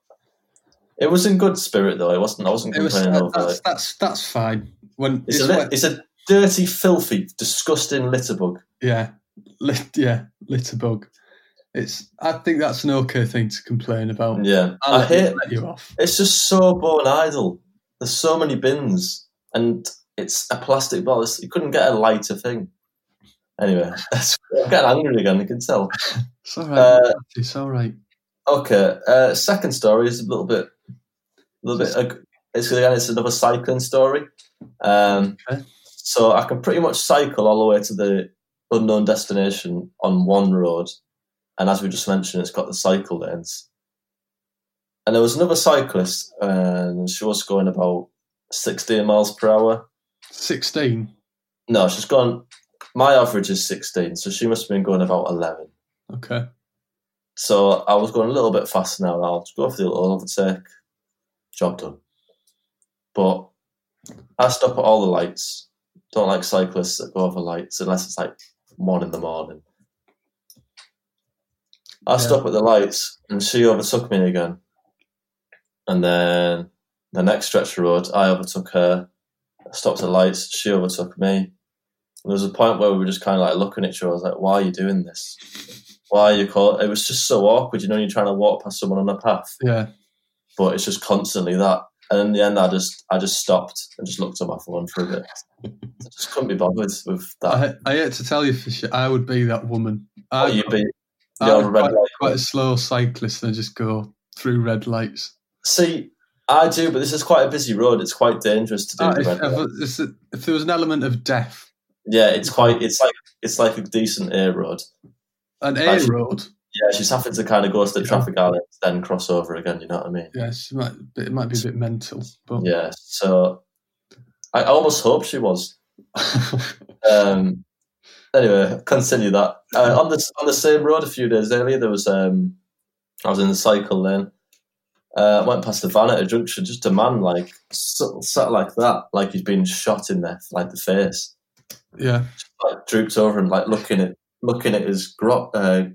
Speaker 3: it was in good spirit though. It wasn't I wasn't
Speaker 2: It was.
Speaker 3: complaining over
Speaker 2: that's,
Speaker 3: it.
Speaker 2: that's that's fine. When
Speaker 3: It's a,
Speaker 2: it's
Speaker 3: lit-
Speaker 2: when-
Speaker 3: it's a dirty, filthy, disgusting litterbug.
Speaker 2: Yeah, Lit, yeah, litterbug. It's. I think that's an okay thing to complain about.
Speaker 3: Yeah.
Speaker 2: I'll
Speaker 3: I
Speaker 2: let, you-
Speaker 3: hate
Speaker 2: let you off.
Speaker 3: It's just so born idle. There's so many bins, and it's a plastic bottle. It's- You couldn't get a lighter thing. Anyway, (laughs) I'm getting angry again. I can tell.
Speaker 2: It's all right.
Speaker 3: Uh,
Speaker 2: it's all right.
Speaker 3: Okay, uh, second story is a little bit, a little bit. ag- It's again, it's another cycling story. Um,
Speaker 2: Okay.
Speaker 3: So I can pretty much cycle all the way to the unknown destination on one road, and as we just mentioned, it's got the cycle lanes. And there was another cyclist, and she was going about sixteen miles per hour.
Speaker 2: Sixteen.
Speaker 3: No, she's gone. My average is sixteen, so she must have been going about eleven.
Speaker 2: Okay.
Speaker 3: So I was going a little bit faster now. and I'll just go for the little overtake. Job done. But I stop at all the lights. Don't like cyclists that go over lights unless it's like one in the morning. I stop at the lights and she overtook me again. And then the next stretch of road, I overtook her. I stopped at the lights. She overtook me. And there was a point where we were just kind of like looking at each other. I was like, "Why are you doing this? Why are you call?" It was just so awkward. You know, you're trying to walk past someone on a path,
Speaker 2: Yeah.
Speaker 3: but it's just constantly that. And in the end, I just I just stopped and just looked at my phone for a bit. I just couldn't be bothered with that.
Speaker 2: I, I hate to tell you, Fisher, I would be that woman. I,
Speaker 3: What you be?
Speaker 2: I
Speaker 3: You're
Speaker 2: would
Speaker 3: a red
Speaker 2: quite,
Speaker 3: light.
Speaker 2: quite a slow cyclist and just go through red lights.
Speaker 3: See, I do, but this is quite a busy road. It's quite dangerous to do.
Speaker 2: Ah,
Speaker 3: the
Speaker 2: if,
Speaker 3: red light.
Speaker 2: if- if, if there was an element of death,
Speaker 3: yeah, it's quite. It's like it's like a decent air road.
Speaker 2: an air
Speaker 3: Actually-
Speaker 2: road,
Speaker 3: Yeah, she's having to kind of go to the
Speaker 2: Yeah.
Speaker 3: traffic island, then cross over again. You know what I mean?
Speaker 2: yes, it might, it might be a bit mental. But
Speaker 3: Yeah. So I almost hoped she was. Um, anyway, continue that. Uh, on the on the same road a few days earlier, there was um, I was in the cycle lane. Uh, went past the van at a junction. Just a man like sat, sat like that, like he's been shot in the like the face,
Speaker 2: (laughs) yeah,
Speaker 3: like drooped over and like looking at looking at his gro- uh,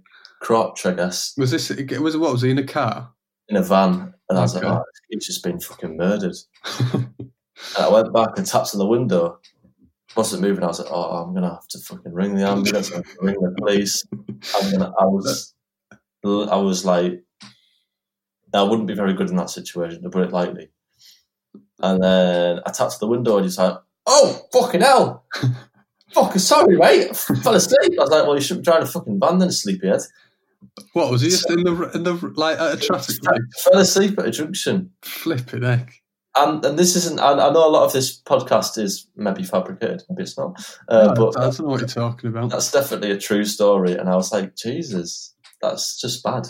Speaker 3: crotch, I guess,
Speaker 2: was this? It was what was he in a car?
Speaker 3: in a van. And I was
Speaker 2: Okay.
Speaker 3: like, oh, he's just been fucking murdered. And I went back and tapped on the window. Wasn't moving. I was like, oh, I'm gonna have to fucking ring the ambulance. I'm gonna ring the police. I'm gonna. I was. I was like, I wouldn't be very good in that situation to put it lightly. And then I tapped the window and he's like, oh fucking hell, fucking sorry, mate, I fell asleep. I was like, well, you should be trying to fucking ban then, sleepyhead.
Speaker 2: What was he just in the in the like at a traffic light?
Speaker 3: Fell asleep at a junction.
Speaker 2: Flipping heck!
Speaker 3: And, Um, and this isn't. I, I know a lot of this podcast is maybe fabricated, maybe it's not. Uh,
Speaker 2: I
Speaker 3: but
Speaker 2: don't know what you're talking about.
Speaker 3: that's definitely a true story. And I was like, Jesus, that's just bad.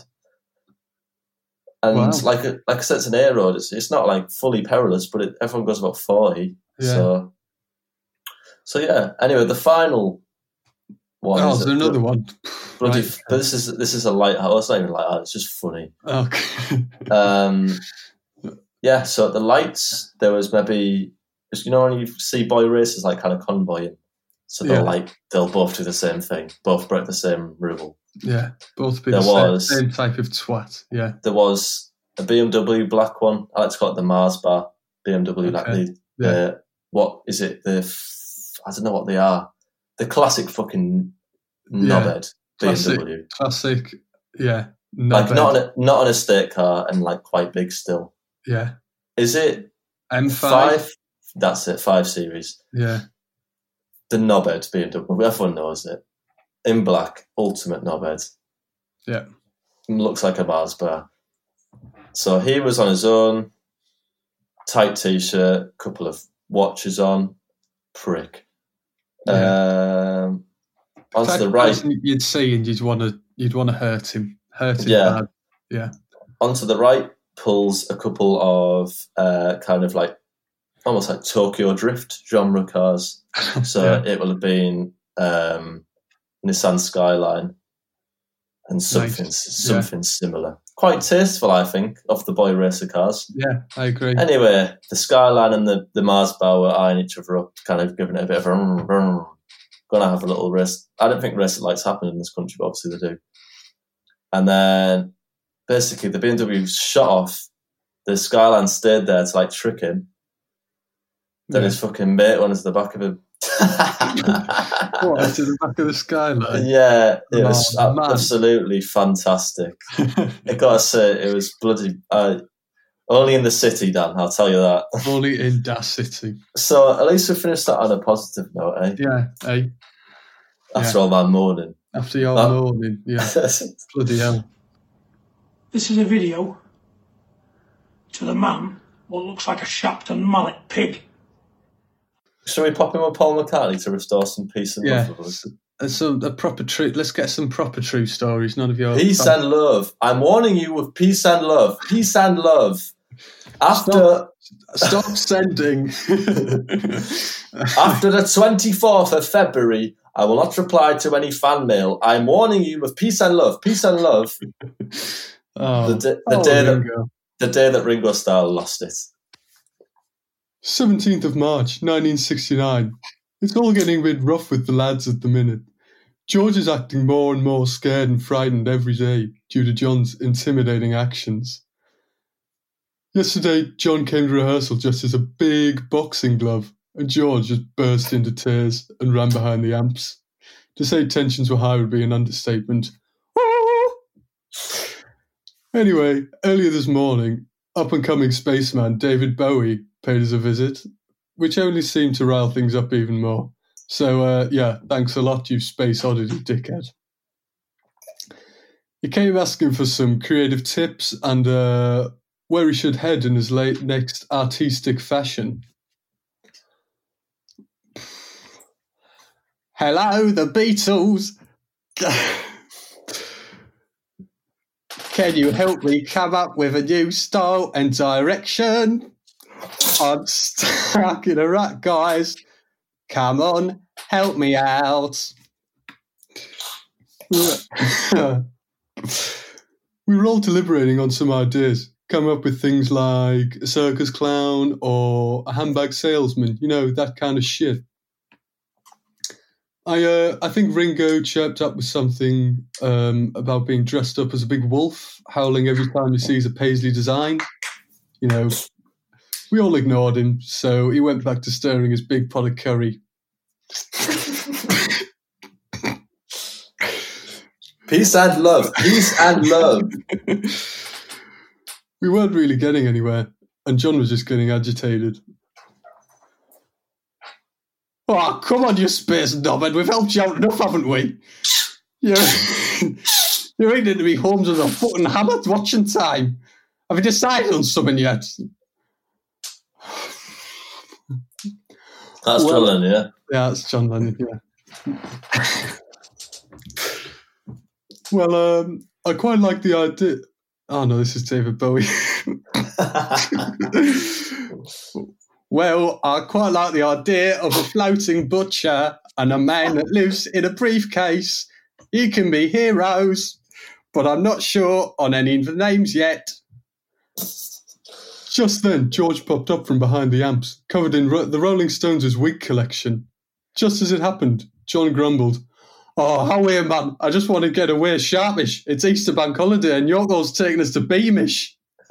Speaker 3: And
Speaker 2: Wow.
Speaker 3: like, like I said, it's an air road. It's, it's not like fully perilous, but it, everyone goes about 40.
Speaker 2: Yeah.
Speaker 3: So, so yeah. Anyway, the final one.
Speaker 2: oh,
Speaker 3: is
Speaker 2: there's another one.
Speaker 3: Bloody,
Speaker 2: Right.
Speaker 3: but this is this is a lighthouse. It's not even like that. It's just funny.
Speaker 2: Okay. (laughs)
Speaker 3: Um, yeah. So at the lights, there was maybe 'cause you know when you see boy races like kind of convoying, so they'll
Speaker 2: Yeah.
Speaker 3: like they'll both do the same thing, both break the same rule.
Speaker 2: Yeah, both be
Speaker 3: There
Speaker 2: the same,
Speaker 3: was.
Speaker 2: same type of twat. Yeah,
Speaker 3: there was a BMW black one. I like to call it the Mars bar. BMW like
Speaker 2: Okay.
Speaker 3: the
Speaker 2: Yeah.
Speaker 3: the- what is it? The f- I don't know what they are. The classic fucking
Speaker 2: Yeah.
Speaker 3: knobhead
Speaker 2: Classic
Speaker 3: BMW.
Speaker 2: classic. Yeah, no
Speaker 3: like
Speaker 2: bed.
Speaker 3: not on a, not on a state car and like quite big still.
Speaker 2: yeah.
Speaker 3: Is it
Speaker 2: M5.
Speaker 3: five? That's it. Five series.
Speaker 2: Yeah,
Speaker 3: The knobhead BMW. Everyone knows it. In black, ultimate knobhead.
Speaker 2: yeah.
Speaker 3: looks like a Mars bar. So he was on his own, tight t-shirt, couple of watches on, prick. Um, onto
Speaker 2: Type
Speaker 3: the
Speaker 2: of
Speaker 3: right,
Speaker 2: person you'd see and you'd want to you'd want to hurt him, hurt him.
Speaker 3: Yeah.
Speaker 2: hard.
Speaker 3: onto the right pulls a couple of uh, kind of like almost like Tokyo Drift genre cars. So it will have been um, Nissan Skyline and something something similar. Quite tasteful, I think, of the boy racer cars.
Speaker 2: yeah, I agree.
Speaker 3: Anyway, the skyline and the, the Mars bar were eyeing each other up, kind of giving it a bit of a "Mm, mm." gonna have a little race. I don't think race lights happen in this country, but obviously they do. And then basically the BMW shot off. The skyline stayed there to like trick him. Then
Speaker 2: Yeah.
Speaker 3: his fucking mate went into the back of
Speaker 2: (laughs)
Speaker 3: him. (laughs)
Speaker 2: What, to the back of the skyline.
Speaker 3: yeah, it was
Speaker 2: Oh,
Speaker 3: ab-
Speaker 2: man.
Speaker 3: absolutely fantastic.
Speaker 2: (laughs)
Speaker 3: I gotta say, it was bloody. Uh, only in the city, Dan. I'll tell you that.
Speaker 2: Only in Das City.
Speaker 3: So at least we finished that on a positive note, eh?
Speaker 2: Yeah, hey,
Speaker 3: After all that mourning. (laughs)
Speaker 2: after your
Speaker 3: That-
Speaker 2: morning. Yeah, bloody hell.
Speaker 7: This is a video to the man what looks like a shapped and mallet pig.
Speaker 3: Shall we pop in with Paul McCartney to restore some peace and
Speaker 2: Yeah.
Speaker 3: love with us?
Speaker 2: And some a proper true. Let's get some proper true stories. None of your
Speaker 3: Peace and love. I'm warning you with peace and love. Peace and love. After
Speaker 2: (laughs) Stop sending.
Speaker 3: (laughs) after the 24th of February, I will not reply to any fan mail. I'm warning you with peace and love. Peace and love.
Speaker 2: Oh,
Speaker 3: The, d- the
Speaker 2: oh,
Speaker 3: day
Speaker 2: there we
Speaker 3: that
Speaker 2: go.
Speaker 3: the day that Ringo Starr lost it.
Speaker 2: 17th of March, 1969. It's all getting a bit rough with the lads at the minute. George is acting more and more scared and frightened every day due to John's intimidating actions. Yesterday, John came to rehearsal dressed as a big boxing glove, and George just burst into tears and ran behind the amps. To say tensions were high would be an understatement. (laughs) Anyway, earlier this morning, up and coming spaceman David Bowie paid us a visit, which only seemed to rile things up even more. So, uh, yeah, thanks a lot, you space oddity dickhead. He came asking for some creative tips and uh, where he should head in his late next artistic fashion. (sighs) Hello, the Beatles! (laughs) Can you help me come up with a new style and direction? I'm stuck in a rut, guys. Come on, help me out. (laughs) we were all deliberating on some ideas, coming up with things like a circus clown or a handbag salesman, you know, that kind of shit. I uh, I think Ringo chirped up with something um, about being dressed up as a big wolf, howling every time he sees a paisley design. You know, we all ignored him, so he went back to stirring his big pot of curry.
Speaker 3: Peace and love. Peace and
Speaker 2: (laughs)
Speaker 3: love.
Speaker 2: We weren't really getting anywhere, and John was just getting agitated. Oh, come on, you space knobhead. We've helped you out enough, haven't we? You're, (laughs) you're eating to be homes with a foot and hammer watching time. Have you decided on something yet?
Speaker 3: That's
Speaker 2: Well-
Speaker 3: well, yeah.
Speaker 2: Yeah, it's John Lennon. Yeah. well, um, I quite like the idea. Oh no, this is David Bowie. (laughs) well, I quite like the idea of a floating butcher and a man that lives in a briefcase. You can be heroes, but I'm not sure on any of the names yet. Just then, George popped up from behind the amps, covered in ro- the Rolling Stones' wig collection. Just as it happened, John grumbled, Oh, how here, man. I just want to get away sharpish. It's Easter bank holiday and Yorko's taking us to Beamish. (laughs)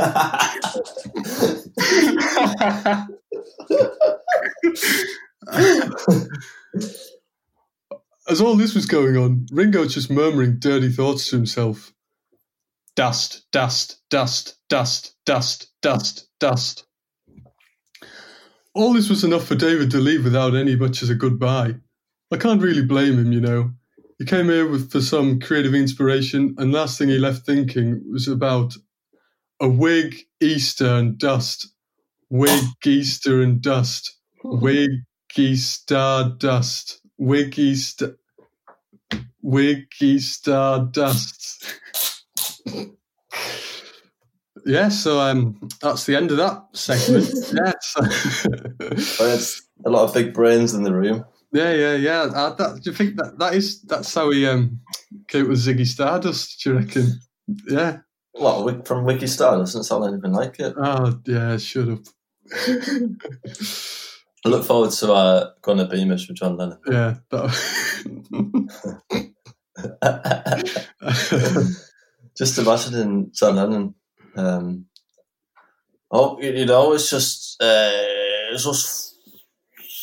Speaker 2: As all this was going on, Ringo's just murmuring dirty thoughts to himself. Dust, dust, dust, dust, dust, dust, dust. All this was enough for David to leave without any much as a goodbye. I can't really blame him, you know. He came here with, for some creative inspiration, and last thing he left thinking was about a wig, Easter, and dust. Wig, Easter, and dust. Wig, Easter, dust. Wig, Easter. Wig, Easter, dust. Yeah, so um, that's the end of that segment. yeah, (laughs) so-
Speaker 3: But it's a lot of big brains in the room.
Speaker 2: yeah, yeah, yeah. I, that, do you think that that is that's how he um, came up with Ziggy Stardust? Do you reckon? Yeah.
Speaker 3: What Wik- from Wiki Star doesn't sound anything like it.
Speaker 2: Oh, yeah. Shut up.
Speaker 3: I look forward to uh, going to Beamish with John Lennon.
Speaker 2: Yeah. That, (laughs)
Speaker 3: just imagining John Lennon. Um, oh, you you know, it's just uh, it's just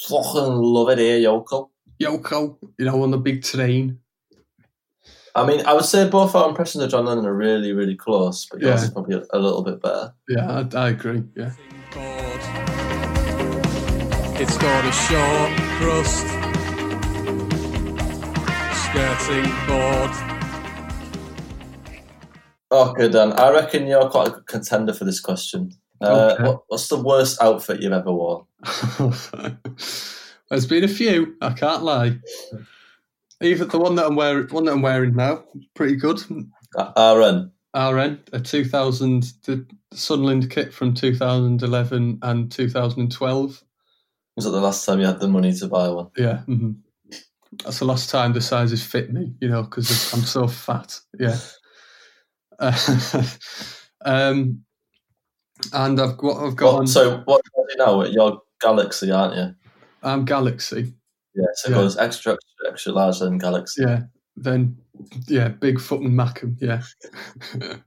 Speaker 3: fucking love it here, yokel.
Speaker 2: Yoko, you know, on the big train.
Speaker 3: I mean, I would say both our impressions of John Lennon are really, really close, but yours
Speaker 2: Yeah.
Speaker 3: is probably a, a little bit better.
Speaker 2: Yeah, I, I agree. Yeah. (laughs)
Speaker 8: It's got a short crust, skirting board.
Speaker 3: Okay, Dan, I reckon you're quite a good contender for this question. Uh,
Speaker 2: Okay.
Speaker 3: what, what's the worst outfit you've ever worn?
Speaker 2: There's been a few. I can't lie. Even the one that I'm wearing, one that I'm wearing now, pretty good.
Speaker 3: Uh, Aaron,
Speaker 2: RN, a 2000, the Sunland kit from 2011 and 2012.
Speaker 3: was it the last time you had the money to buy one?
Speaker 2: Yeah. mhm. That's the last time the sizes fit me, you know, because I'm so fat. Yeah. (laughs) Uh, um, and I've what I've got.
Speaker 3: Well,
Speaker 2: on,
Speaker 3: so what you do now? You're Galaxy, aren't you?
Speaker 2: I'm Galaxy.
Speaker 3: Yeah. So it
Speaker 2: Yeah.
Speaker 3: goes extra, extra, extra large, then Galaxy.
Speaker 2: Yeah. Then, yeah, big fucking Macam. Yeah. (laughs)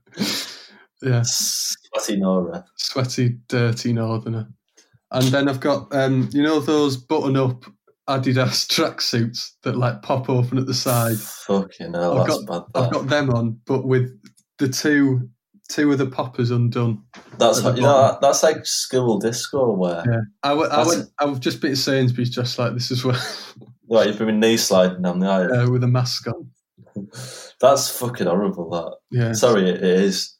Speaker 2: yeah.
Speaker 3: Sweaty Nora.
Speaker 2: sweaty, dirty northerner. And then I've got um, you know those button-up Adidas tracksuits that like pop open at the side.
Speaker 3: Fucking hell,
Speaker 2: I've
Speaker 3: that's bad.
Speaker 2: I've
Speaker 3: That.
Speaker 2: got them on, but with the two two of the poppers undone.
Speaker 3: that's
Speaker 2: at the
Speaker 3: you know that, that's like school disco wear.
Speaker 2: Yeah. I went. I
Speaker 3: That's-
Speaker 2: went. I've just been to Sainsbury's just like this as (laughs) well,
Speaker 3: Right, you've been knee sliding down the aisle.
Speaker 2: uh, with a mask on.
Speaker 3: That's fucking horrible. That.
Speaker 2: Yeah.
Speaker 3: Sorry, it is.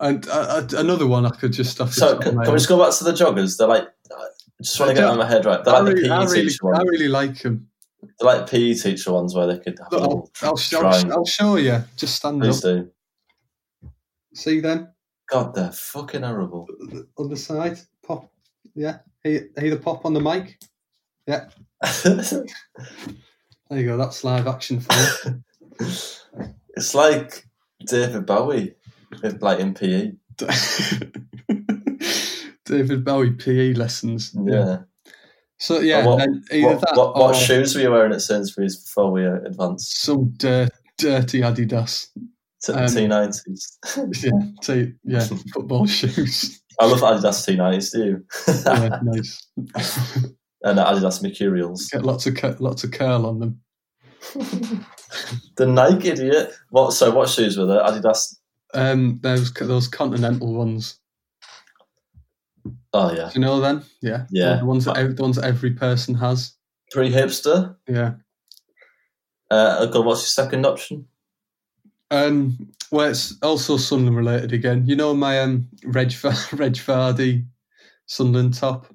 Speaker 2: And uh, uh, another one I could just off the
Speaker 3: So
Speaker 2: top of
Speaker 3: can,
Speaker 2: my
Speaker 3: can we
Speaker 2: head.
Speaker 3: just go back to the joggers? They're like, I just want
Speaker 2: I
Speaker 3: to get
Speaker 2: don't-
Speaker 3: out of my head right. They're
Speaker 2: I
Speaker 3: like
Speaker 2: really, I
Speaker 3: the PE
Speaker 2: really,
Speaker 3: teacher ones.
Speaker 2: I really like them.
Speaker 3: They're like PE teacher ones where they could have a
Speaker 2: I'll,
Speaker 3: little
Speaker 2: I'll, I'll,
Speaker 3: triangle.
Speaker 2: I'll show you. Just stand up.
Speaker 3: Please do.
Speaker 2: See them.
Speaker 3: God, they're fucking horrible. (laughs)
Speaker 2: other side, pop. Yeah, hear, hear the pop on the mic. Yeah,
Speaker 3: it's
Speaker 2: there you go. That's live action for you.
Speaker 3: like David Bowie, if, like in E. PE.
Speaker 2: (laughs) David Bowie PE lessons.
Speaker 3: Yeah.
Speaker 2: So yeah,
Speaker 3: What-
Speaker 2: then either
Speaker 3: what
Speaker 2: that
Speaker 3: what,
Speaker 2: or
Speaker 3: what shoes were you wearing at Sainsbury's before we uh, advanced
Speaker 2: some dirt, dirty Adidas.
Speaker 3: to
Speaker 2: Um,
Speaker 3: T90s?
Speaker 2: yeah, (laughs) t- yeah,
Speaker 3: (laughs)
Speaker 2: football shoes.
Speaker 3: I love Adidas T90s, do you?
Speaker 2: Yeah, nice.
Speaker 3: and Adidas Mercurials.
Speaker 2: Get lots of cur- lots of curl on them.
Speaker 3: The Nike idiot. What? So what shoes were there? Adidas.
Speaker 2: Um, those those continental ones.
Speaker 3: Oh yeah,
Speaker 2: Do you know then? Yeah,
Speaker 3: Yeah.
Speaker 2: The ones that ev- the ones that every person has.
Speaker 3: pretty hipster.
Speaker 2: Yeah.
Speaker 3: Uh, God, what's your second option?
Speaker 2: Um, well, it's also Sunderland related again. You know my um, Reg Fa- (laughs) Reg Vardy Sunderland top.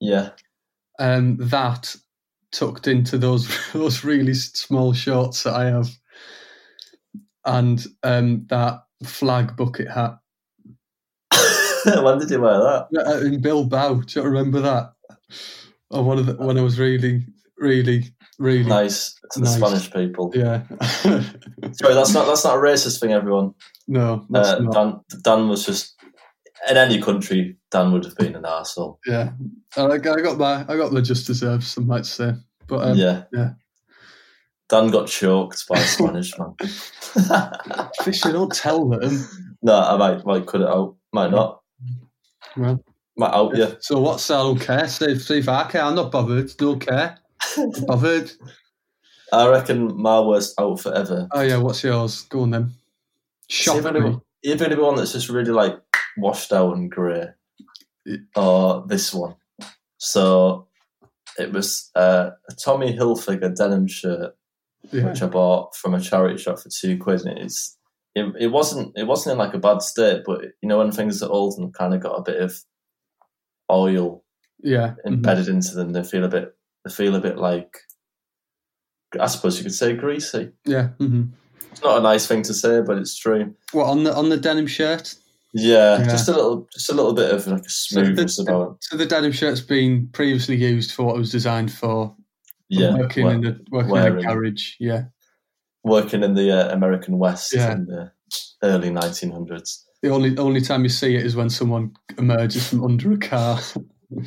Speaker 3: Yeah, (laughs)
Speaker 2: Um, that tucked into those (laughs) those really s- small shorts that I have, and um, that flag bucket hat
Speaker 3: when did you wear that?
Speaker 2: Uh, in Bilbao. Do you remember that? Or one of the, when I was really, really, really,
Speaker 3: Nice to the
Speaker 2: Mm-hmm. Nice.
Speaker 3: Spanish people.
Speaker 2: yeah. (laughs)
Speaker 3: Sorry, that's not that's not a racist thing, everyone.
Speaker 2: no, that's
Speaker 3: Uh,
Speaker 2: not.
Speaker 3: Dan Dan was just in any country. Dan would have been an arsehole.
Speaker 2: Yeah, And I got I got my I got the just deserves, some might say, but um,
Speaker 3: yeah,
Speaker 2: yeah.
Speaker 3: Dan got choked
Speaker 2: (laughs)
Speaker 3: by a Spanish man. (laughs)
Speaker 2: Fisher, don't tell them.
Speaker 3: no, I might might cut it out. Might not.
Speaker 2: Well,
Speaker 3: Might out you.
Speaker 2: So what's that? I don't care. See, see if I care. I'm not bothered. Don't care. Not bothered.
Speaker 3: I reckon my worst outfit ever.
Speaker 2: Oh yeah, what's yours? Go on then. Shock
Speaker 3: even,
Speaker 2: me.
Speaker 3: if- even if one that's just really like washed out and grey, or this one. So it was uh, a Tommy Hilfiger denim shirt,
Speaker 2: Yeah.
Speaker 3: which I bought from a charity shop for two quid, and it's it, it wasn't it wasn't in like a bad state, but you know when things are old and kind of got a bit of oil
Speaker 2: Yeah. Mm-hmm.
Speaker 3: embedded into them, they feel a bit they feel a bit like I suppose you could say greasy.
Speaker 2: Yeah. hmm
Speaker 3: It's not a nice thing to say, but it's true.
Speaker 2: What on the on the denim shirt?
Speaker 3: Yeah,
Speaker 2: Yeah.
Speaker 3: just a little, just a little bit of like a smoothness
Speaker 2: the-
Speaker 3: about it.
Speaker 2: So the denim shirt's been previously used for what it was designed for.
Speaker 3: Yeah,
Speaker 2: Working
Speaker 3: wor-
Speaker 2: in the working in
Speaker 3: wearing.
Speaker 2: a garage. Yeah.
Speaker 3: working in the uh, American West
Speaker 2: Yeah.
Speaker 3: in the early 1900s.
Speaker 2: The only only time you see it is when someone emerges from under a car. (laughs)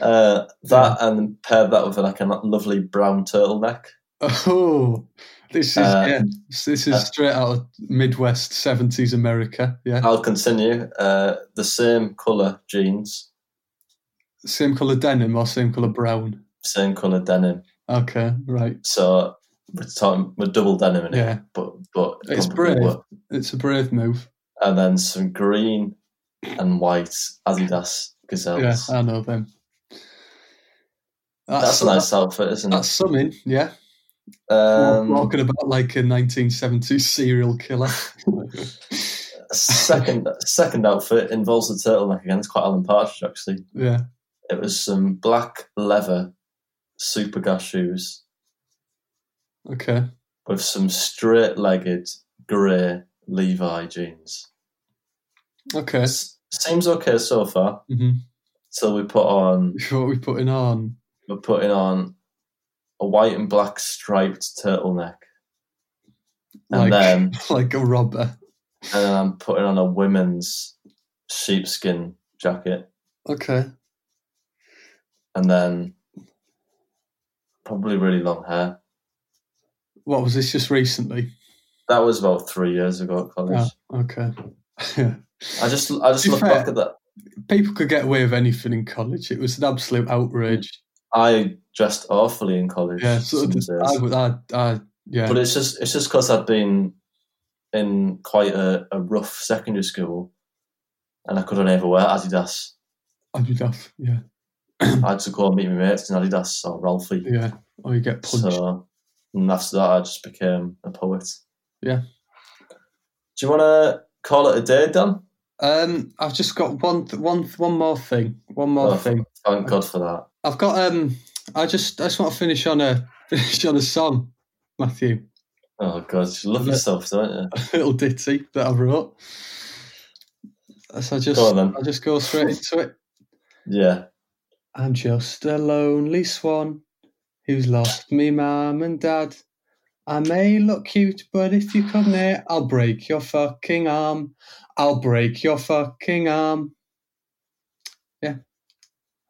Speaker 3: uh, that and pair that with like a lo- lovely brown turtleneck.
Speaker 2: Oh, this is
Speaker 3: Uh,
Speaker 2: yeah, this is
Speaker 3: uh,
Speaker 2: straight out of Midwest seventies America. Yeah,
Speaker 3: I'll continue. Uh, the same color jeans,
Speaker 2: same color denim or same color brown.
Speaker 3: same color denim.
Speaker 2: Okay, right.
Speaker 3: So we're talking, we're double denim in
Speaker 2: Yeah.
Speaker 3: it, but but
Speaker 2: It's
Speaker 3: probably
Speaker 2: brave.
Speaker 3: work.
Speaker 2: It's a brave move.
Speaker 3: And then some green and white Adidas gazelles.
Speaker 2: Yeah, uh, I know them.
Speaker 3: that's, a nice outfit, isn't
Speaker 2: That's something. Yeah,
Speaker 3: it? Um,
Speaker 2: walking about like a nineteen seventies serial
Speaker 3: (laughs)
Speaker 2: killer. (laughs)
Speaker 3: second second outfit involves the turtleneck again. It's quite Alan Partridge actually.
Speaker 2: yeah,
Speaker 3: It was some black leather super gas shoes
Speaker 2: okay.
Speaker 3: with some straight legged grey Levi jeans.
Speaker 2: Okay.
Speaker 3: S- seems okay so far.
Speaker 2: hmm
Speaker 3: Till we put on
Speaker 2: What are we putting on?
Speaker 3: we're putting on a white and black striped turtleneck, and
Speaker 2: Like,
Speaker 3: then
Speaker 2: (laughs) like a robber.
Speaker 3: and then I'm putting on a women's sheepskin jacket,
Speaker 2: Okay.
Speaker 3: and then probably really long hair.
Speaker 2: What was this just recently?
Speaker 3: That was about three years ago at college.
Speaker 2: Oh, okay. (laughs)
Speaker 3: I just I just
Speaker 2: To be
Speaker 3: look
Speaker 2: fair-
Speaker 3: back at that.
Speaker 2: People could get away with anything in college. It was an absolute outrage.
Speaker 3: I dressed awfully in college.
Speaker 2: Yeah. So
Speaker 3: some
Speaker 2: just,
Speaker 3: days.
Speaker 2: I, would- I, I, yeah.
Speaker 3: But it's just it's just because I'd been in quite a, a rough secondary school, and I couldn't ever wear Adidas.
Speaker 2: I'd enough. Yeah.
Speaker 3: I had to go and meet my mates in Adidas or Ralphie.
Speaker 2: Yeah. Or you get punched.
Speaker 3: so and after that, I just became a poet.
Speaker 2: Yeah.
Speaker 3: Do you want to call it a day, Dan?
Speaker 2: Um, I've just got one, th- one, one more thing. One more
Speaker 3: Oh,
Speaker 2: thing.
Speaker 3: Thank God for that.
Speaker 2: I've got. Um, I just, I just want to finish on a, (laughs) finish on a song, Matthew. (laughs)
Speaker 3: Oh God, you love
Speaker 2: Yeah.
Speaker 3: yourself, don't you?
Speaker 2: A little ditty that I wrote. So I just,
Speaker 3: Go on then.
Speaker 2: I just go straight into it.
Speaker 3: Yeah.
Speaker 2: I'm just a lonely swan who's lost me mum and dad. I may look cute, but if you come near, I'll break your fucking arm. I'll break your fucking arm. Yeah.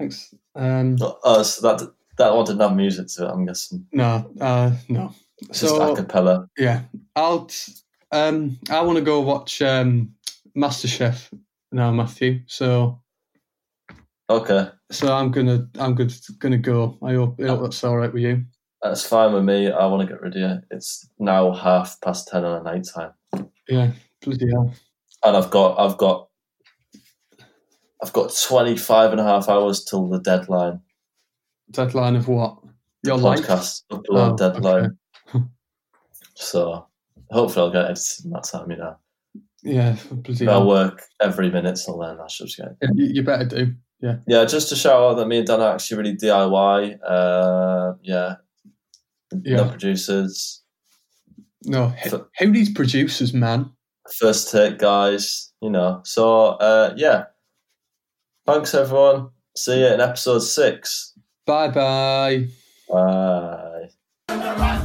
Speaker 2: Thanks. Um,
Speaker 3: Oh, so that that one didn't have music to it. I'm guessing.
Speaker 2: no, uh, no.
Speaker 3: It's just a
Speaker 2: So,
Speaker 3: cappella.
Speaker 2: yeah, I'll, t- um, I want to go watch um, MasterChef now, Matthew. So,
Speaker 3: Okay,
Speaker 2: so I'm gonna, I'm good, gonna go. I hope, I hope that's all right with you.
Speaker 3: that's fine with me. I want to get rid of you. It's now half past ten on a night time,
Speaker 2: Yeah, bloody hell.
Speaker 3: and I've got I've got I've got 25 and a half hours till the deadline.
Speaker 2: Deadline of what? Your life?
Speaker 3: podcast upload
Speaker 2: Oh,
Speaker 3: deadline. (laughs) so hopefully I'll get edited in that time. You know,
Speaker 2: Yeah, bloody
Speaker 3: If I
Speaker 2: hell.
Speaker 3: work every minute till then. I should get
Speaker 2: Yeah, you, you better do. Yeah.
Speaker 3: yeah, just to shout out that me and Dan are actually really DIY. Uh, yeah, no
Speaker 2: Yeah.
Speaker 3: producers,
Speaker 2: No. Who, who these producers, man?
Speaker 3: first take guys. You know, so uh, yeah. Thanks everyone. See you in episode six.
Speaker 2: Bye bye.
Speaker 3: Bye.
Speaker 6: Under us,